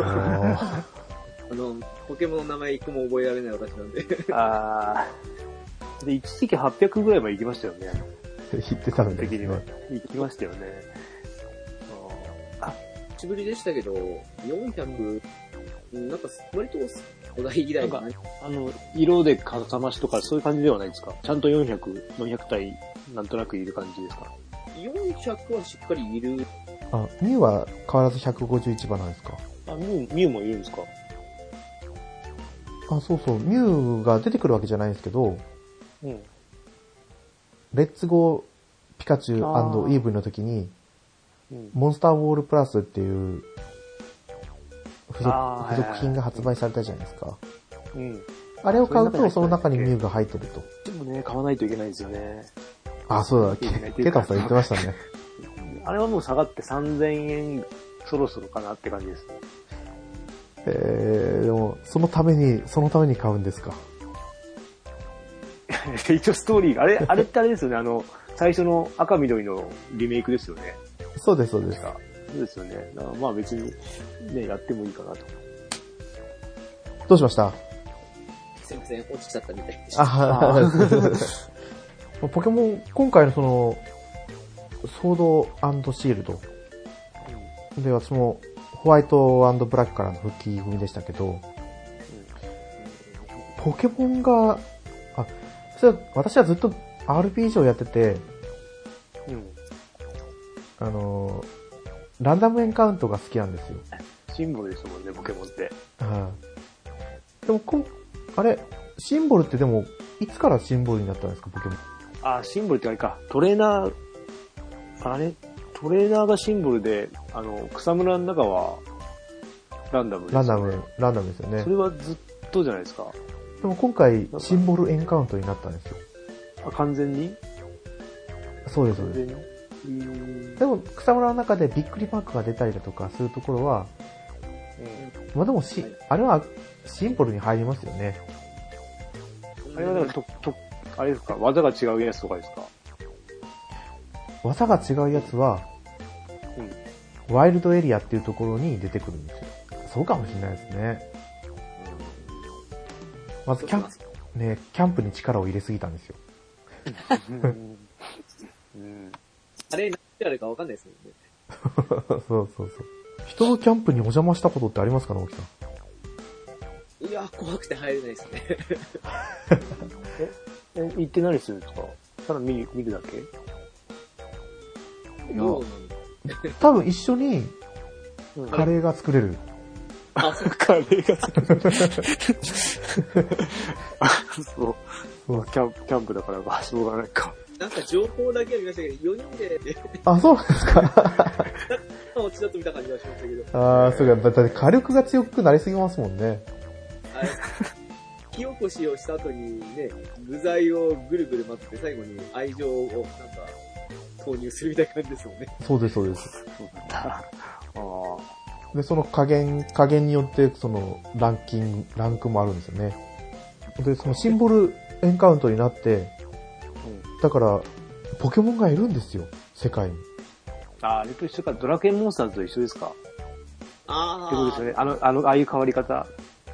A: あ
C: あの、ポケモンの名前一個も覚えられない私なんで。
B: うんあー。で、一時期800ぐらいまで行きましたよね。
A: ー言ってたんです
B: 的には
A: ね。。
B: 行きましたよね。
C: 久しぶりでしたけど、400、なんか割と古代以来の
B: なんあの、色でかさ増しとかそういう感じではないですかちゃんと400、400体、なんとなくいる感じですか
C: 400はしっかりいる。
A: あ、ミュウは変わらず151番なんですか。
B: あ、ミュウ、ミュウもいるんですか
A: あ、そうそう、ミュウが出てくるわけじゃないんですけど、
B: うん。
A: レッツゴーピカチュ
B: あ
A: ウ
B: ー
A: イーブンの時に、
B: うん。
A: モンスターウォールプラスっていう付属
B: あー
A: 付属品が発売されたじゃないですか。
B: うん。
A: あれを買うと、そ
B: そ
A: の
B: の
A: 中
B: 中
A: に
B: に
A: ミ
B: 入ってる
A: ュウが入ってると。
B: でもね、買わないといけないんですよね。
A: あ、そうだ、
B: いけない
A: ケケタスさん言ってましたね。
B: あれはもう下がって3000円そろそろかなって感じです。
A: えー、でも、そのために、そのために買うんですか。
B: 一応ストーリーが、あれ、あれってあれですよね、あの、最初の赤緑のリメイクですよね。
A: そうです、そうです。
B: そうですよね。だからまあ別に、ね、やってもいいかなと。
A: どうしました
C: すいません、落ちちゃったみたいでした。
A: あ
B: あ
A: ー ポケモン、今回のその、ソードシールド。で、私も、ホワイトブラックからの復帰組でしたけど、ポケモンが、あ、それは私はずっと RPG をやってて、
B: うん。うん。
A: あのーランダムエンカウントが好きなんですよ。
B: シンボルですもんね、ポケモンって。
A: はい。でもこん、あれ、シンボルってでも、いつからシンボルになったんですか、ポケモン。
B: あ、シンボルってあれか。トレーナー、あれトレーナーがシンボルで、あの、草むらの中は、ランダムです
A: ラ
B: よ
A: ン
B: ね、
A: ダム、ランダムですよね
B: そ。れはずっとじゃないですか。
A: でも今回、シンボルエンカウントになったんですよ。
B: あ、完全に
A: そうです、そう
B: 完
A: で
B: 全にうーん
A: す。でも、草むらの中でびっくりマークが出たりだとかするところは、まあでもし、あれはシンボルに入りますよね。
B: あれはだからと、と、あれですか、技が違うやつとかですか。
A: 技が違うやつは、ワイルドエリアっていうところに出てくるんですよ。そうかもしれないですね。まずキャンプ、ね、キャンプに力を入れすぎたんですよ。
B: うん。うん。
C: あれ、何てあるかわかんないですもんね。
A: そうそうそう。人のキャンプにお邪魔したことってありますか、直樹さん。
C: いやは怖くて入れないです ね。
B: え、行って何するんですかただ見る、見るだけ
A: や
C: どうなんだろう
A: 多分一緒に
B: うん
A: カレーが作れる。
C: あ、そう
B: カレーがそう。
A: そう
B: キャンプ、キャンプだからまあ、しょうがないか。
C: なんか情報だけは見ましたけど、4人で、
A: あ、そうなんですか。
C: まあ、落ちだと見た感じはしましたけど、
A: ああ、そうか。だって火力が強くなりすぎますもんね。
C: あれ、火起こしをした後にね、具材をぐるぐる待って、最後に愛情をなんか投入するみたいな感じですもんね。
A: そうです、そうです。
B: そうなんだ。 ああ。
A: で、その加減、加減によって、その、ランキング、ランクもあるんですよね。で、そのシンボルエンカウントになって、
B: うん。
A: だから、ポケモンがいるんですよ、世界に。
B: ああ、れと一緒か。ドラケンモンスターズと一緒ですか。ってこと
C: あ
B: ですよね。あの、あの、ああいう変わり方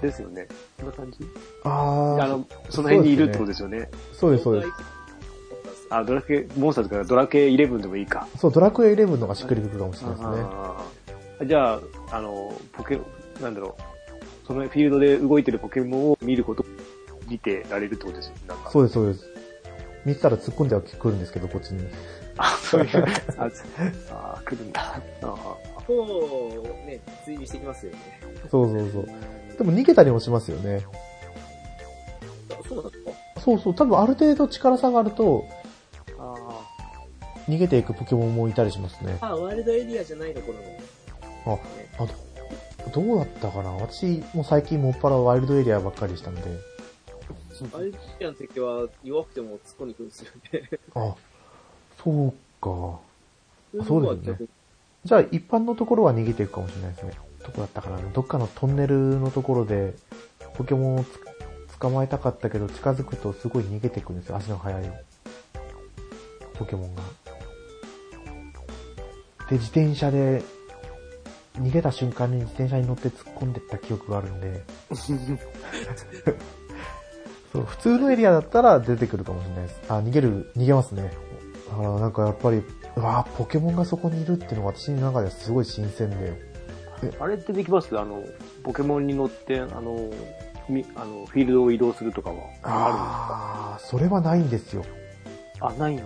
B: ですよね。そんな感じ
A: あ
B: あ
A: あ、
B: の、その辺にいるってことですよね。
A: そうです、そうです。
B: あ、ドラケン、モンスターズからドラケン11でもいいか。
A: そう、ドラクエ11の方がしっくりくるかもしれないですね。
B: あーじゃあ、あの、ポケ、なんだろう、そのフィールドで動いてるポケモンを見ること、見てられるってことですよね。なんか
A: そうです、そうです。見てたら突っ込んではくるんですけど、こっちに。
B: あ、そういう、あ、あー来るんだ。あー
C: そうね、追尾してきますよね。
A: そうそうそう。でも逃げたりもしますよね。
C: あそうなんですか
A: そうそう、多分ある程度力差があると、
B: あ
A: 逃げていくポケモンもいたりしますね。
C: あ、ワールドエリアじゃないところの。
A: あどどうだったかな私、もう最近もっぱらワイルドエリアばっかりしたんで。
C: ワールドエリアの設計は弱くても突っ込んでくるんですよ ね。
A: あ、そうか。
C: そう
A: ですねじゃあ一般のところは逃げていくかもしれないですね。どこだったかなどっかのトンネルのところで、ポケモンをつ捕まえたかったけど、近づくとすごい逃げていくんですよ。足の速いポケモンが。で、自転車で、逃げた瞬間に自転車に乗って突っ込んでった記憶があるんで。そう普通のエリアだったら出てくるかもしれないです。あ、逃げる、逃げますね。だからなんかやっぱり、うわぁ、ポケモンがそこにいるっていうのが私の中ではすごい新鮮で。
B: ーあれってできますあの、ポケモンに乗って、あの、みあのフィールドを移動するとかはあ
A: ああ、それはないんですよ。
B: るあないんだ。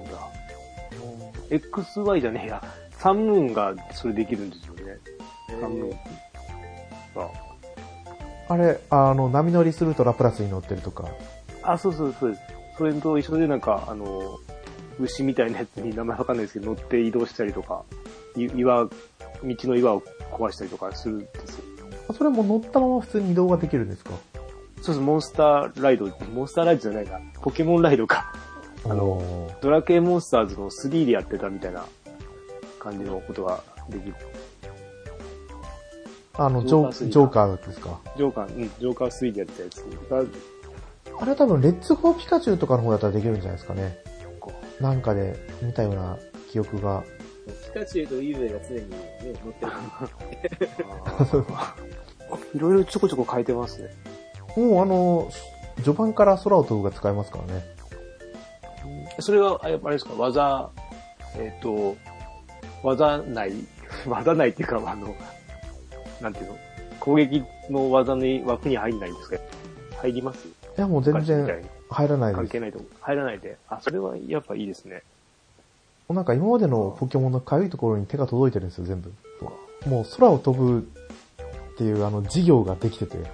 B: XY じゃねえや。サンムーンがそれできるんですよね。サンムーン。あ
A: あれ、あの、波乗りするとラプラスに乗ってるとか。
B: あ、そうそうそうです。それと一緒でなんか、あの、牛みたいなやつに名前わかんないですけど、乗って移動したりとか、い岩、道の岩を壊したりとかするんですよ。
A: あそれも乗ったまま普通に移動ができるんですか
B: そうそう、モンスターライド、モンスターライドじゃないな、ポケモンライドか。
A: あの
B: ドラケンモンスターズの3でやってたみたいな感じのことができる。
A: あの、ジ
B: ジョー
A: ョ
B: カ
A: ー
B: ー
A: ジョーカー
B: スリー
A: ですか。
B: ジョーカー、うん、ジョーカー3でやってたやつが、
A: あれは多分、レッツゴーピカチュウとかの方だったらできるんじゃないですかね。なんかで見たような記憶が。
C: ピカチュウとイーベが常に、ね、乗ってる感
B: あー いろいろちょこちょこ変えてますね。
A: もうあの、序盤から空を飛ぶが使えますからね。
B: それは、あやっぱあれですか、技、えっ、と、技ない、 技ないっていうか、あの、なんていうの、攻撃の技の枠に入んないんですか入ります
A: いや、もう全
B: 昔みたい
A: 然
B: に
A: 入らない
B: 関
A: です
B: 係。ないと入らないで。あ、それはやっぱいいですね。
A: なんか今までのポケモンの痒いところに手が届いてるんですよ、全部。もう空を飛ぶっていうあの事業ができてて。だ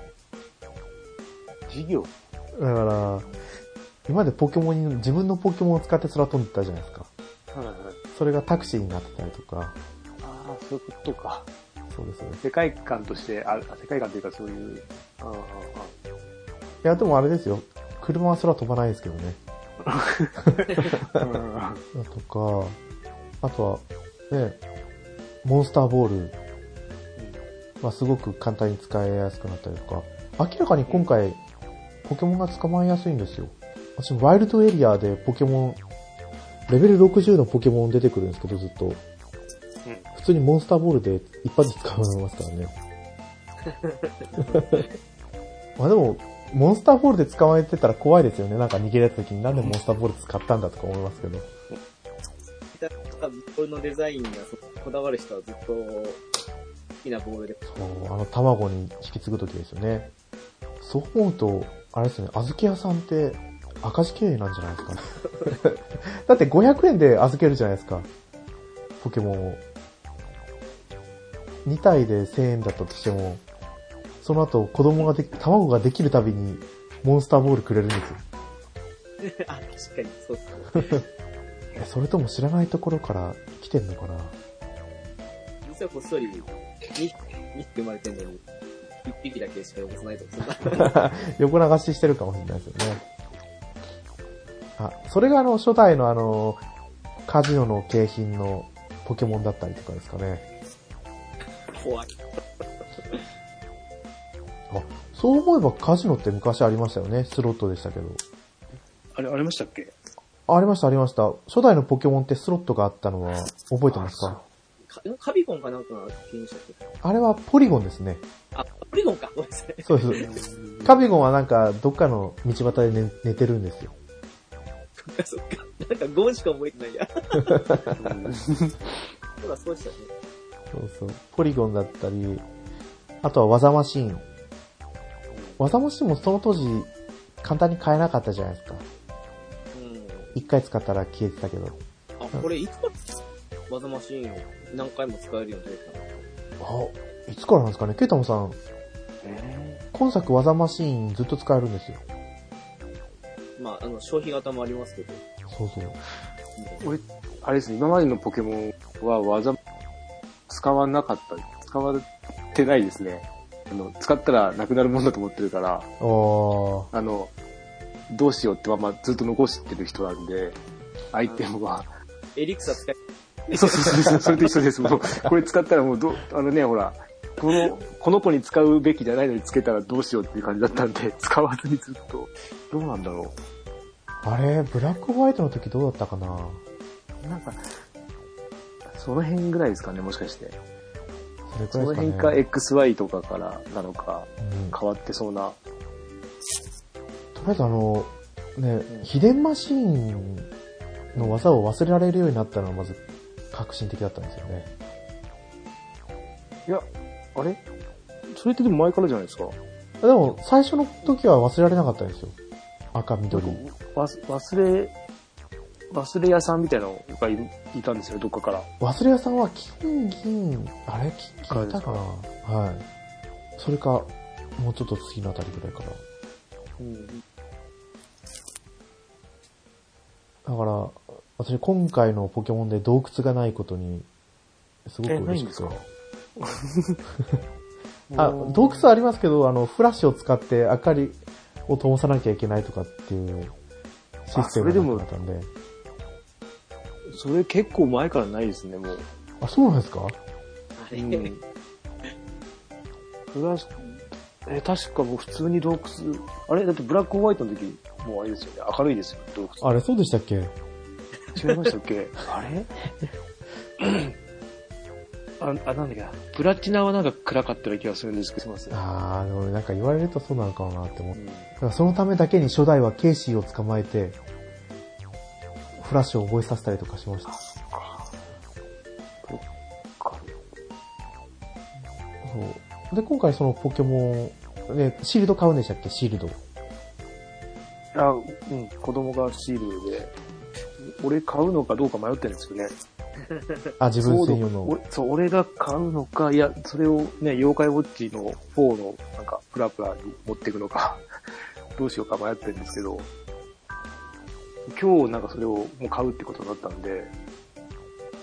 A: か
B: 事業
A: ら、今までポケモンに、自分のポケモンを使って空飛んでたじゃないですか。
B: はいはい。
A: それがタクシーになってたりとか、
B: ああ、そういうことか。
A: そうです、そうです。
B: 世界観として、あ世界観というかそういう、あーあー
A: いや、でもあれですよ。車は空飛ばないですけどね。
B: あーうんあ
A: だとか、あとは、ね、モンスターボールはすごく簡単に使いやすくなったりとか、明らかに今回、ポケモンが捕まえやすいんですよ。私、ワイルドエリアでポケモン、レベル60のポケモン出てくるんですけど、ずっと。普通にモンスターボールで一発で捕まえますからね。まあでも、モンスターボールで捕まえてたら怖いですよね。なんか逃げられた時になんでモンスターボール使ったんだとか思いますけど。
C: じ。だからボールのデザインにはそここだわる人はずっと好きなボールで。
A: そう、あの卵に引き継ぐときですよね。そう思うと、あれですね、小豆屋さんって赤字経営なんじゃないですかね。 だって500円で預けるじゃないですか。ポケモンを。2体で1000円だったとしても、その後子供ができ、卵ができるたびにモンスターボールくれるんですよ。
C: あ、確かに、そうっすね。
A: えそれとも知らないところから来てんのかな
C: 実はこっそり、2、2って生まれてんのに、1匹だけしか汚さないとか、そんな。
A: 横流ししてるかもしれないですよね。あ、それがあの、初代のあの、カジノの景品のポケモンだったりとかですかね。
C: 怖い。
A: そう思えばカジノって昔ありましたよね。スロットでしたけど。
D: あれ、ありましたっけ
A: あありました、ありました。初代のポケモンってスロットがあったのは覚えてますか
C: かカビゴンかなんかが気にしたっけ
A: あれはポリゴンですね。
C: あ、ポリゴンか。ごめんなさい。
A: そうです。カビゴンはなんか、どっかの道端で寝寝てるんですよ。
C: そっか そっか。なんかゴンしか覚えてない や。そうだ、そうでしたね。
A: そうそう。ポリゴンだったり、あとは技マシーン。技マシーンもその当時、簡単に買えなかったじゃないですか。
C: う
A: 一回使ったら消えてたけど。
C: ん。あ、これいつから技マシーンを何回も使えるようになったの
A: あ、いつからなんですかねケイタモさん、今作技マシーンずっと使えるんですよ。
C: まあ、あの、消費型もありますけど。
A: そうそう。
B: あれですね、今までのポケモンは技、使わなかった、使われてないですね。あの、使ったらなくなるもんだと思ってるから、
A: あ
B: あの、どうしようってままずっと残してる人なんで、アイテムは。
C: エリクサ使え、
B: そうそうそうそう、それと一緒です。もう、 これ使ったらもうど、あのね、ほら、この、この子に使うべきじゃないのにつけたらどうしようっていう感じだったんで、使わずにずっと。どうなんだろ
A: あ。あれ、ブラックホワイトの時どうだったかな
B: う。なんか、その辺ぐらいですかね、もしかして。
A: それく
B: そ
A: らいです
B: の
A: か
B: 辺
A: ね。
B: か XY とかからなのか、
A: うん
B: 変わってそうな。
A: とりあえずあの、ね、秘伝マシーンの技を忘れられるようになったのはまず革新的だったんですよね。
B: いや、あれそれってでも前からじゃないですか。
A: でも、最初の時は忘れられなかったんですよ。赤、緑。
B: わ忘れ、忘れ屋さんみたいなのがいいたんですよ、どっかから。
A: 忘れ屋さんは金、銀、あれ金、
B: か
A: 銀いたかなはい。それか、もうちょっと次のあたりぐらいかな。だから、私今回のポケモンで洞窟がないことに、すごく嬉しくて。あ、洞窟はありますけど、あの、フラッシュを使って明かりを灯さなきゃいけないとかっていうシステム
B: あそれで
A: に
B: も
A: なったんで。
B: それ結構前からないですね、もう。
A: あ、そうなんですか
C: あ
B: う
C: れ、
B: ん。フラスえ、確かもう普通に洞窟、あれだってブラックホワイトの時、もうあれですよね、明るいですよ、洞窟。
A: あれ、そうでしたっけ
B: 違いましたっけあれあ、あ、なんだっけなプラチナはなんか暗かったような気がするんですけど、すいません。
A: あー、でもなんか言われるとそうなのかもなって思っ
B: う
A: て。
B: ん
A: だからそのためだけに初代はケイシーを捕まえて、フラッシュを覚えさせたりとかしました。そう。で、今回そのポケモン、ね、シールド買うんでしたっけシールド。
B: あ、うん、子供がシールで、俺買うのかどうか迷ってるんですよね。
A: あ、自分専用
B: そう
A: の。
B: 俺そう、俺が買うのか、いや、それをね、妖怪ウォッチの4の、なんか、プラプラに持っていくのか、 どうしようか迷ってるんですけど、今日なんかそれをもう買うってことになったんで、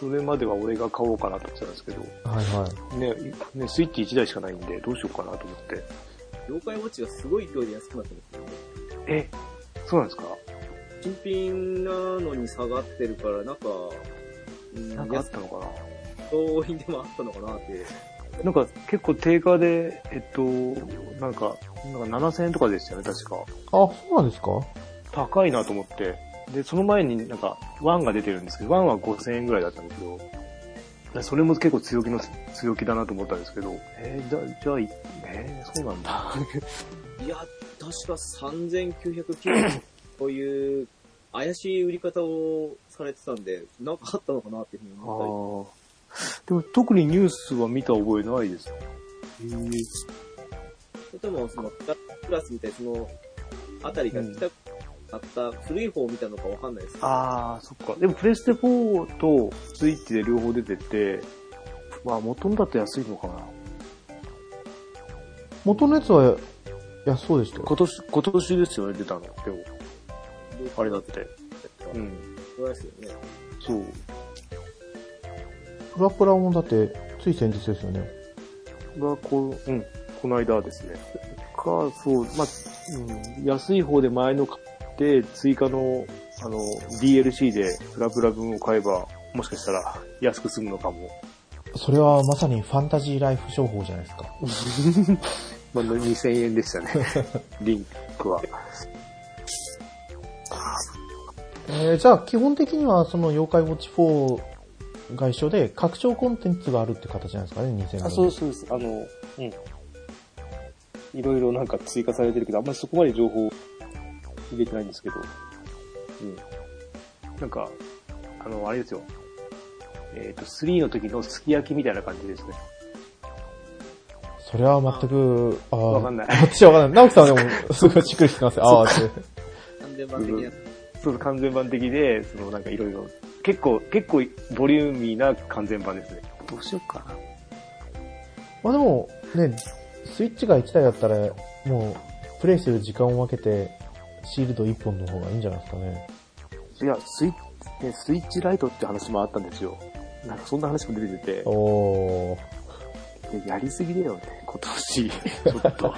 B: それまでは俺が買おうかなと思ってたんですけど、
A: はいはい。
B: ね、ねスイッチ1台しかないんで、どうしようかなと思って。
C: 妖怪ウォッチがすごい勢いで安くなってますよね。
B: え、そうなんですか
C: 新品なのに下がってるから、なんか、うん、
B: なんかあったのかな
C: 商品でもあったのかなって。
B: なんか結構定価で、えっと、なんか、なんか7000円とかでしたよね、確か。
A: あ、そうなんですか
B: 高いなと思って。で、その前になんか、ワンが出てるんですけど、ワンは5000円ぐらいだったんですけど、でそれも結構強気の、強気だなと思ったんですけど、えー、じゃあ、じゃあい、えー、そう なんだ。
C: いや、確か3990という怪しい売り方をされてたんで、なんかあったのかなっていうふうに
B: あ
C: 思っ
B: ーでも特にニュースは見た覚えないです。えー
C: それとも、その、クラスみたいな、その、あたりが来た、あった、古い方を見たのかわかんないですけど、
B: ああ、そっか。でも、プレステ4とスイッチで両方出てて、まあ、元のだと安いのかな。
A: 元のやつは、いや、そうでしたよ。
B: 今年、今年ですよね、出たの。でも、あれだって。
C: う。
B: うんん。
C: そうですよね。
B: そう。
A: プラプラもだって、つい先日ですよね。
B: が、こう、うん、この間ですね。か、そう、まあ、うん、安い方で前の買って、追加の、あの、DLC でプラプラ分を買えば、もしかしたら安く済むのか も。
A: それはまさにファンタジーライフ商法じゃないですか。
B: まあ、2000円でしたね。 リンクは。
A: えー、じゃあ基本的にはその妖怪ウォッチ4が一緒で拡張コンテンツがあるって形なんですかね、2000年。
B: あそうそうです。あの、うん。いろいろなんか追加されてるけど、あんまりそこまで情報入れてないんですけど。うん。なんか、あの、あれですよ。えっ、と、3の時のすき焼きみたいな感じですね。
A: それは全く、あ
B: わ
A: あ
B: かんない。
A: 私はわかんない。直樹さんはでも、すごいしっくりきてますよ。ああーって。
C: 完全版的なやつ。
B: そう、完全版的で、そのなんかいろいろ、結構、結構ボリューミーな完全版ですね。どうしようか
A: まあでも、ね、スイッチが1台だったら、もう、プレイする時間を分けて、シールド1本の方がいいんじゃないですかね。
B: な。いや、スイッチ、ね、スイッチライトって話もあったんですよ。なんかそんな話も出てて。
A: おー。
B: でやりすぎだよね、今 年。ちょっと。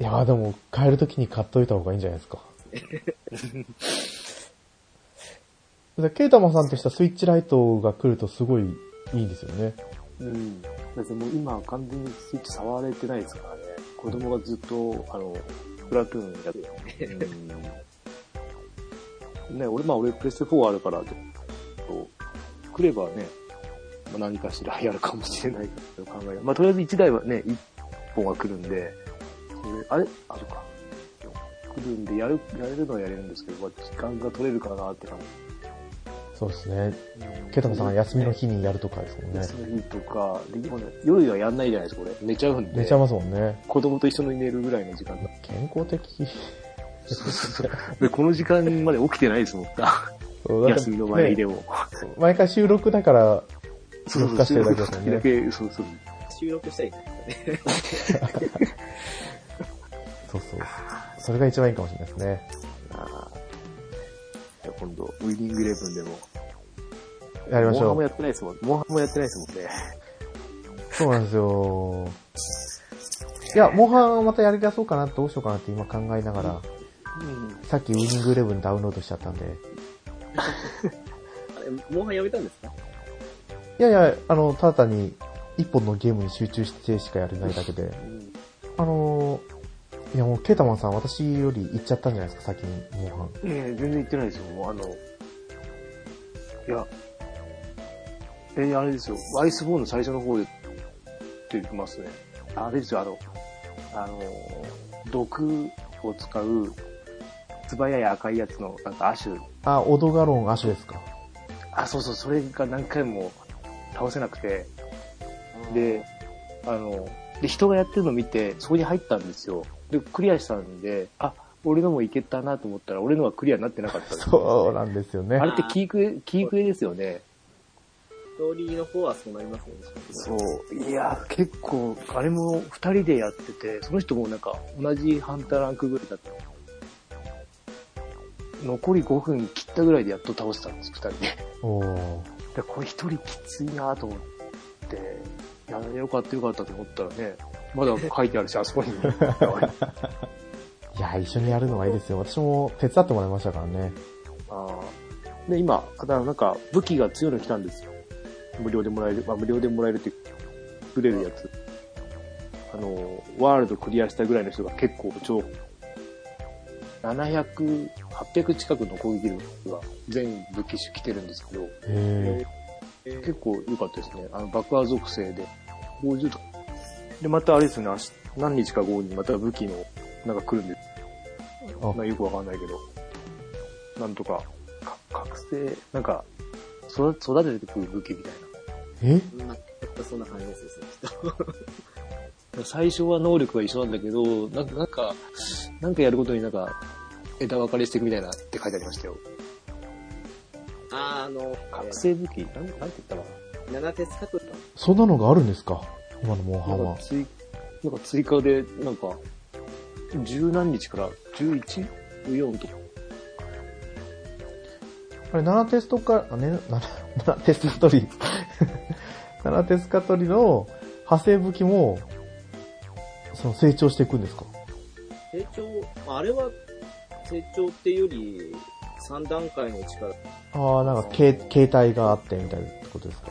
A: いやーでも、買えるときに買っといた方がいいんじゃないですか。 で、ケイタマさんとしたスイッチライトが来るとすごいいいですよね。
B: うん。だってもう今完全にスイッチ触れてないですからね。子供がずっと、あの、プラトゥーンやってる。ね、俺、まあ俺プレステ4あるから、ちょっと来ればね、まあ、何かしらやるかもしれないと考えまあとりあえず1台はね、1本は来るんで、それあれあ、そっか。来るんで、やる、やれるのはやれるんですけど、まあ時間が取れるかなって感じ。
A: そうですね。ケイタマさんが休みの日にやるとかですもんね。
B: 休みとか、で今ね夜はやんないじゃないですか、これ。寝ちゃうんで。
A: 寝ちゃいますもんね。
B: 子供と一緒に寝るぐらいの時間だ。
A: 健康的。
B: で、この時間まで起きてないですもん。
A: そうだって
B: 休みの前にで
A: ね
B: も。
A: 毎回収録だから、
B: そうそう
A: 録画してるだけですもんね
B: だけ、そうそう。
C: 収録したりね。
A: そうそう。それが一番いいかもしれないですね。
B: あーじゃあ今度、ウィニングイレブンでも。
A: やりましょ
B: モンハンも
A: う。
B: やってないですもん。モンハンもやってないですもんね。
A: そうなんですよ。いや、モンハンをまたやり出そうかな、どうしようかなって今考えながら、
B: うん。
A: さっきウイニングイレブンダウンロードしちゃったんで。
C: あれ、モンハンやめたんですか
A: いやいや、あの、ただ単に一本のゲームに集中してしかやれないだけで。あのー、いやもうケータマンさん私より行っちゃったんじゃないですか、先にモンハン。
B: いや全然行ってないですよ。もうあの、いや、えーあれですよ。アイスボーンの最初の方で、って言いますね。あれですよ、あの、あの、毒を使う、素早い赤いやつの、なんか、アシュ。
A: あ、オドガロンアシュですか。
B: あ、そうそう、それが何回も倒せなくて、で、あの、で、人がやってるの見て、そこに入ったんですよ。で、クリアしたんで、あ、俺のもいけたなと思ったら、俺のはクリアになってなかったんです
A: そうなんですよね
B: あ。れってキークエ、キークエですよね。
C: ストーリーの方はそうなりますよね。
B: そう。いや、結構、あれも二人でやってて、その人もなんか同じハンターランクぐらいだった。残り5分切ったぐらいでやっと倒せたんです、二人で。
A: おー
B: で、これ一人きついなと思って、いや、よかったよかったと思ったらね、まだ書いてあるし、あそこ に。
A: いや、一緒にやるのはいいですよ。私も手伝ってもらいましたからね。
B: あーで、今、あなんか武器が強いの来たんですよ。無料でもらえる、まあ無料でもらえるってくれるやつ。あの、ワールドクリアしたぐらいの人が結構超、700、800近くの攻撃力が全武器種来てるんですけど、
A: へ
C: えー
B: 結構良かったですね。あの、爆破属性で、50とか。で、またあれですね、明日何日か後にまた武器の、なんか来るんで、
A: あ
B: なんかよくわかんないけど、なんとか、か覚醒、なんか、育育ててくる武器みたい
A: え。え
C: うんなんかそんな感じですよ、きっと。
B: 最初は能力は一緒なんだけど、なんか、なんか、なんかやることになんか、枝分かれしていくみたいなって書いてありましたよ。
C: あー、あの、
B: 覚醒武器なん、なんて言ったか
C: 七鉄カトリ
A: そんなのがあるんですか今のモンハ
B: な
A: ン
B: なん
A: は
B: か。追、なんか追加で、なんか、十何日から 11?4 とか。
A: あれ、7テストから、あね、7、7テストストーリ ー。7テスカトリの派生武器も、その成長していくんですか
C: 成長、あれは成長っていうより、三段階の力、
A: ああ、なんか、け携帯があってみたいなことですか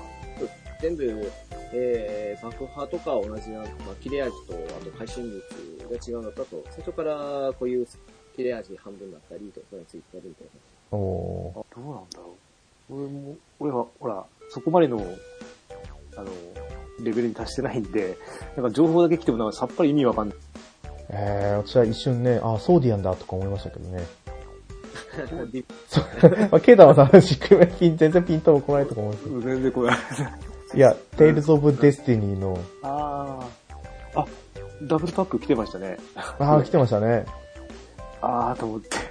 C: 全部、えー、爆破とかは同じなの、まあ、切れ味と、あと回心率が違うんだったと、最初からこういう切れ味半分だったりとかについてたりみたいな。
A: おー
B: あ、どうなんだろう。俺も、俺は、ほら、そこまでの、あの、レベルに達してないんで、なんか情報だけ来てもなんかさっぱり意味わかんない。
A: えー、私は一瞬ね、あーソーディアンだとか思いましたけどね。
C: ディ
A: まあ、ケータはさ、しっくりピン、全然ピントも来ないとか思うんですけど。
B: 全然これ。あ
A: いや、テイルズ・オブ・デスティニーの、
B: あー。あ、ダブルパック来てましたね。
A: ああ、来てましたね。
B: ああ、と思って。ね、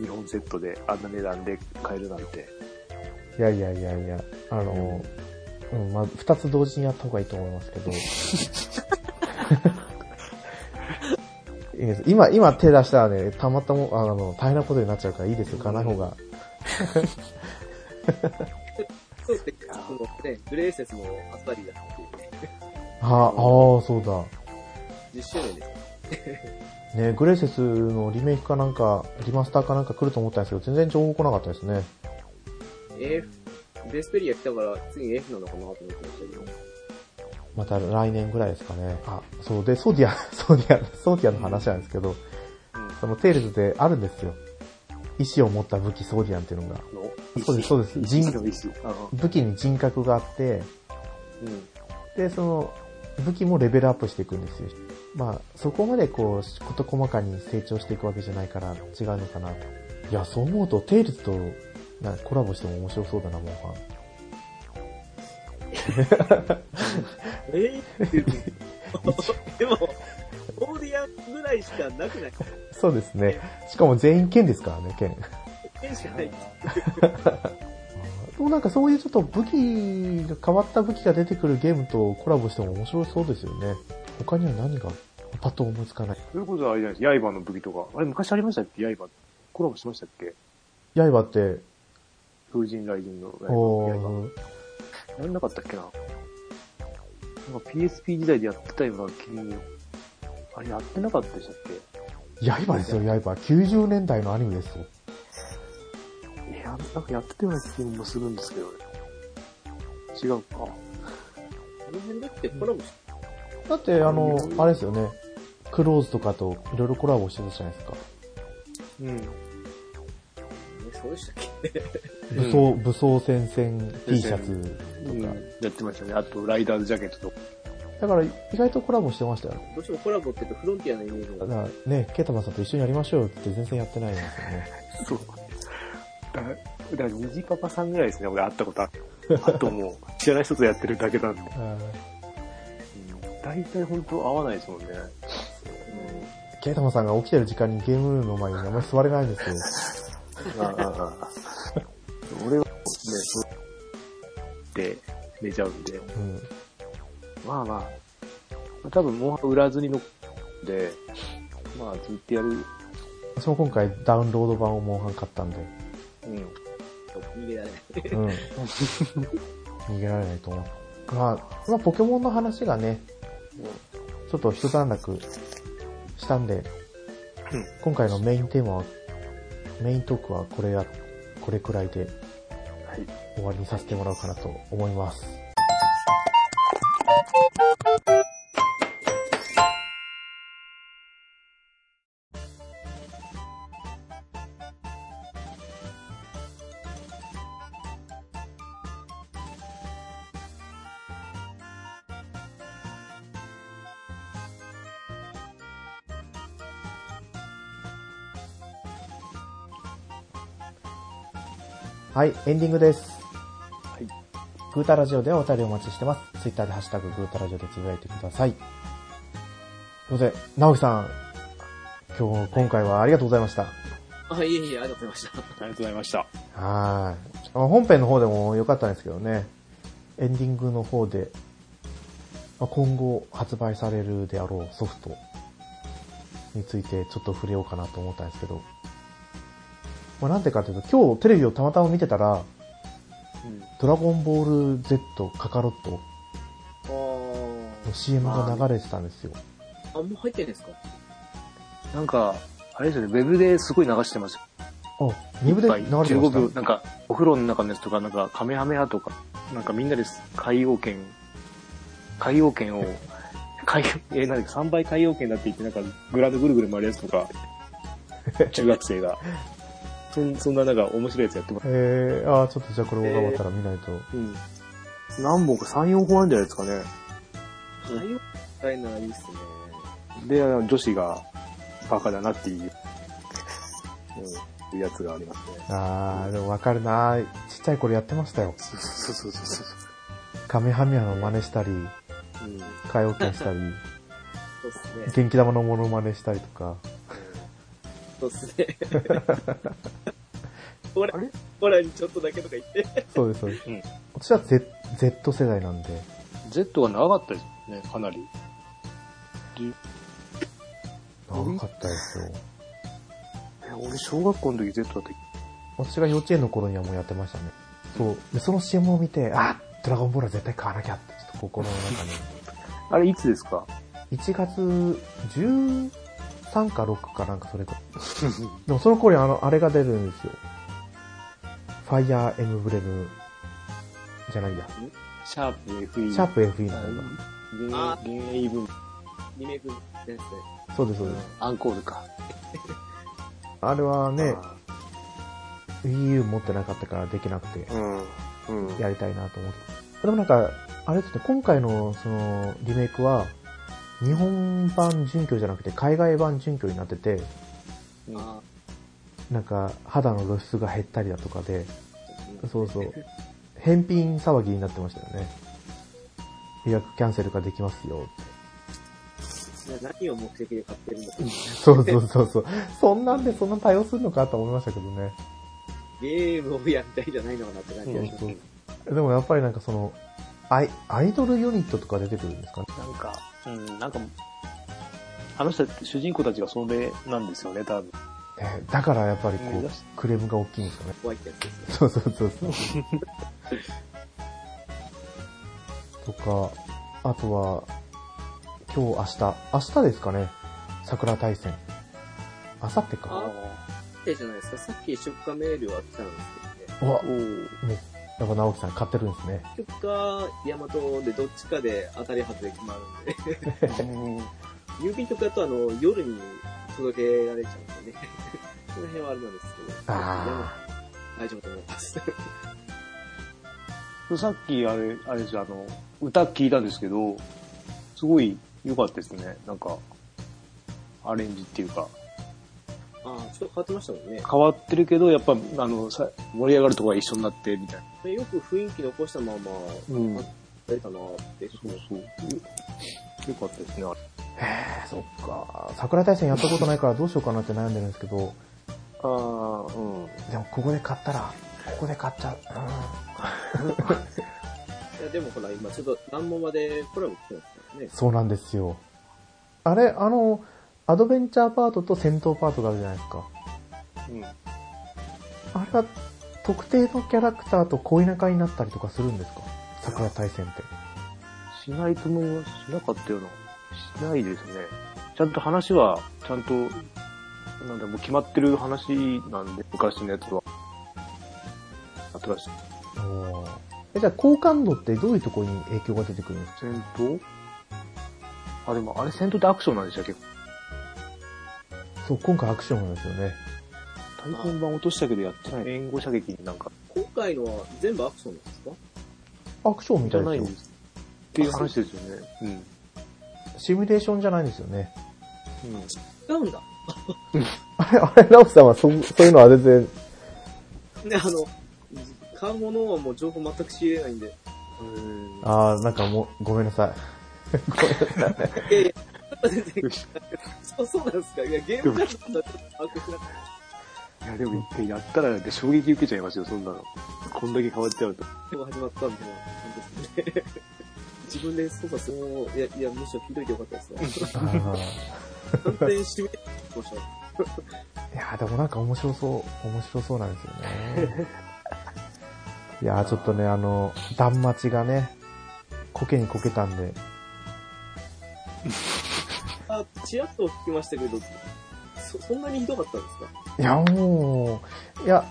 B: 日本セットであんな値段で買えるなんて。
A: いやいやいやいや、あの、うん、まあ、二つ同時にやった方がいいと思いますけ ど。いいです今、今手出したらね、たまったも、あの、大変なことになっちゃうからいいですよ、買わない方が。
C: そうって、そのね、グレーセスもあったりだっていうね、
A: ああ、ああ、そうだ。
C: 10周年です。
A: ね、グレーセスのリメイクかなんか、リマスターかなんか来ると思ったんですけど、全然情報来なかったですね。
C: AF、ベスペリア来たから次 F なのかなと思ってましたけど、
A: また来年ぐらいですかね。あ、そうで、ソーディア、 ソーディア、ソーディアの話なんですけど、そのテイルズであるんですよ。意志を持った武器ソーディアンっていうのが。
B: の
A: そうですそうです
B: 人生の意思。あー
A: 武器に人格があって、
B: うん。
A: で、その、武器もレベルアップしていくんですよ。まあ、そこまでこう、事細かに成長していくわけじゃないから違うのかなと。いや、そう思うと、テイルズとなコラボしても面白そうだな、モンハン。
C: えー、っていうでも、オーディアンぐらいしかなくない
A: そうですね。しかも全員剣ですからね、剣。
C: 剣しかない。
A: でもなんかそういうちょっと武器が変わった武器が出てくるゲームとコラボしても面白そうですよね。他には何がパッと思いつかない。
B: そういうことはあれじゃないですか。刃の武器とか。あれ、昔ありましたっけ刃。コラボしましたっけ
A: 刃って、
B: 風神雷神の
A: お
B: 刃。刃
A: ー
B: やんなかったっけな。なんか PSP 時代でやってたような気も。あれやってなかったでしたっ
A: 刃ですよ、刃。90年代のアニメですよ。
B: けいや、なんかやってたような気もするんですけど、違うか。
C: この辺だってコラボし
A: だって、あの、あれですよね。クローズとかといろいろコラボしてたじゃないですか。
B: うん。
C: ね、そうでしたっけ
A: 武装、武装戦線 T シャツ。
B: やってましたね。あと、ライダーズジャケットとか。
A: だから、意外とコラボしてましたよ。
C: どうしてもコラボって言うとフロンティアのイメージ
A: だ
C: が
A: からね、ケータマンさんと一緒にやりましょうよって全然やってないんですよね。
B: そう。だだから、虹パパさんぐらいですね、俺会ったことある。あともう、知らない人とやってるだけなんで。
A: あ
B: 大体本当合わないですもんね。
A: ーケータマンさんが起きてる時間にゲームルームの前にあんまり座れないんですよ。
B: 俺はね、そう。で、寝ちゃうんで。
A: うん。
B: まあまあ、多分もう売らずにので、まあずっとやる。
A: 私も今回ダウンロード版をモンハン買ったんで、
B: うん。
C: 逃げられない。
A: うん。逃げられないと思う。まあ、まあ、ポケモンの話がね、ちょっと一段落したんで、
B: うん
A: 今回のメインテーマは、メイントークはこれや、これくらいで
B: はい。
A: 終わりにさせてもらおうかなと思います。はい、エンディングです。
B: い
A: グータラジオではお便りお待ちしてます。ツイッターでハッシュタググータラジオでつぶやいてください。すいません。直樹さん、今日、今回はありがとうございました。
C: あ、いえいえ、ありがとうございました。
D: ありがとうございました。
A: はい。あ本編の方でも良かったんですけどね。エンディングの方で、まあ今後発売されるであろうソフトについてちょっと触れようかなと思ったんですけど。まあ、なんでかというと、今日テレビをたまたま見てたら、ドラゴンボール Z カカロットの
C: あー
A: CM が流れてたんですよ。
C: あ、もう入ってんですか
B: なんか、あれですよね、ウェブですごい流してました。
A: あ、2部で流れてました。
B: 15秒、なんか、お風呂の中のやつとか、なんか、カメハメハとか、なんかみんなです海洋圏、海洋圏を、海洋、えー、なんだっけ、3倍海洋圏だって言って、なんか、グラウンドぐるぐる回るやつとか、中学生が、 そんそんななんか面白いやつやってました。
A: えー、あーちょっとじゃあこれ終わったら見ないと。
B: うん。何本か3、4本あるんじゃないですかね。
C: 内容みたいならいいっすね。
B: で、あの女子がバカだなっていう、うん、やつがありますね。
A: あー、でもわかるなちっちゃい頃やってましたよ。
B: そうそうそうそうそう
A: カメハメハの真似したり、
B: そう。うん。
A: 替え歌したり、
C: そうっすね。
A: 元気玉のモノマネしたりとか。
C: そうっす ね。ほら、ほらにちょっとだけとか言って。
A: そうです、そうです。
B: うん
A: 私は Z, Z 世代なんで、
B: Z が長かったですね、かなり。
A: 長かったですよ。
B: え俺、小学校の時 Z だった
A: 私が幼稚園の頃にはもうやってましたね。そう。で、その CM を見て、あドラゴンボールは絶対買わなきゃって、ちょっと心の中に。
B: あれ、いつですか
A: 1月13か6かなんかそれか。でもその頃にあの、あれが出るんですよ。ファイアーエムブレム、じゃないや。
B: シャープ FE。
A: シャープ FE の方が。
C: あ
B: プ。恋愛文。
C: リメイクのやつね。
A: そうです、そうです。
B: アンコールか。
A: あれはね、Wii U 持ってなかったからできなくて、
B: うん。うん。
A: やりたいなと思って。でもなんか、あれですね、今回のそのリメイクは、日本版準拠じゃなくて海外版準拠になってて、
B: うん
C: あ
A: なんか肌の露出が減ったりだとかで、
C: ー
A: そうそう、返品騒ぎになってましたよね。予約キャンセルができますよって。
C: じゃあ何を目的で買ってるんだろう
A: そうそうそうそう。 そんなんでそんな対応するのかと思いましたけどね。
C: ゲームをやりたいんじゃないのかなって感じがします。
A: そうそうでもやっぱりなんかその、アイアイドルユニットとか出てくるんですかね。
B: なんか、うん、なんか、あの人、主人公たちがそれなんですよね、多分。
A: ねだからやっぱりこ
B: 思いう出し、
A: クレームが大きいんですよね。
C: 怖いってやつですね。
A: そうそうそうそう。 とか、あとは、今日、明日、明日ですかね。桜大戦。明後日
C: あ
A: か。
C: ってじゃないですか。さっき出荷メールは来たんですけどね。
A: うわ
B: お、ー
A: やっぱ直樹さん買ってるんですね。
C: 結果、ヤマトでどっちかで当たり外れ決まるんで。 郵便とかだとあの、夜に届けられちゃうんでね。 その辺はあれなんですけど。
A: あ
C: 大丈夫と思います。
B: さっきあれ、あれですよあの、歌聞いたんですけど、すごい良かったですね。なんか、アレンジっていうか、
C: ああ、ちょっと変わってましたもんね。
B: 変わってるけど、やっぱ、あの、さ盛り上がるとこが一緒になって、みたいな。
C: でよく雰囲気残したまま、
B: うん
C: 出たなーって。
B: そうそう。良かったですね、あれ。
A: あ、そっか。桜大戦やったことないからどうしようかなって悩んでるんですけど、
B: ああ、うん。
A: でもここで買ったら、ここで買っちゃう。うん
C: いや、でもほら、今ちょっと何問までコラボ来てますからね。
A: そうなんですよ。あれ、あの、アドベンチャーパートと戦闘パートがあるじゃないですか。
B: うん。
A: あれは特定のキャラクターと恋仲になったりとかするんですか桜大戦って。
B: しないと思います。しなかったような。しないですね。ちゃんと話は、ちゃんと、なんだ、もう決まってる話なんで、昔のやつは。新しい。
A: おーえじゃあ好感度ってどういうところに影響が出てくるんですか
B: 戦闘あ、でも、あれ戦闘ってアクションなんでしたっけ
A: そう、今回アクションなんですよね。
B: 体験版落としたけどやってない。援護射撃になんか、
C: 今回のは全部アクションなんですか
A: アクションみ
B: じ
A: た
B: ゃ
A: い
B: ないん
A: で
B: です
A: よ。
B: す。っていう話ですよね。うん。
A: シミュレーションじゃないんですよね。
B: うん。
C: 違うんだ。
A: あれ、あれ、直樹さんはそ、そういうのは全然、
C: ね、あの、買うものはもう情報全く仕入れないんで。
A: あー、なんかもう、ごめんなさい。
C: ええ、全然そう、そうなんですかいや、ゲームキャンだったら把握しなか
B: い
C: っ
B: や、でも一回やったらなんて衝撃受けちゃいますよ、そんなの。こんだけ変わっちゃうと。
C: たでも始まったんで、本当ですね。自分で操作するもういや、いや、むしろ聞いといてよかったですね。
A: あ
C: 完全シミュレーションしまし
A: ーいやーでもなんか面白そう、面白そうなんですよね。いやーちょっとね、あの、断末がね、コケにこけたんで、
C: たあ、ちらっと聞きましたけど、そ、そんなにひどかったんですか
A: いや、もう、いや、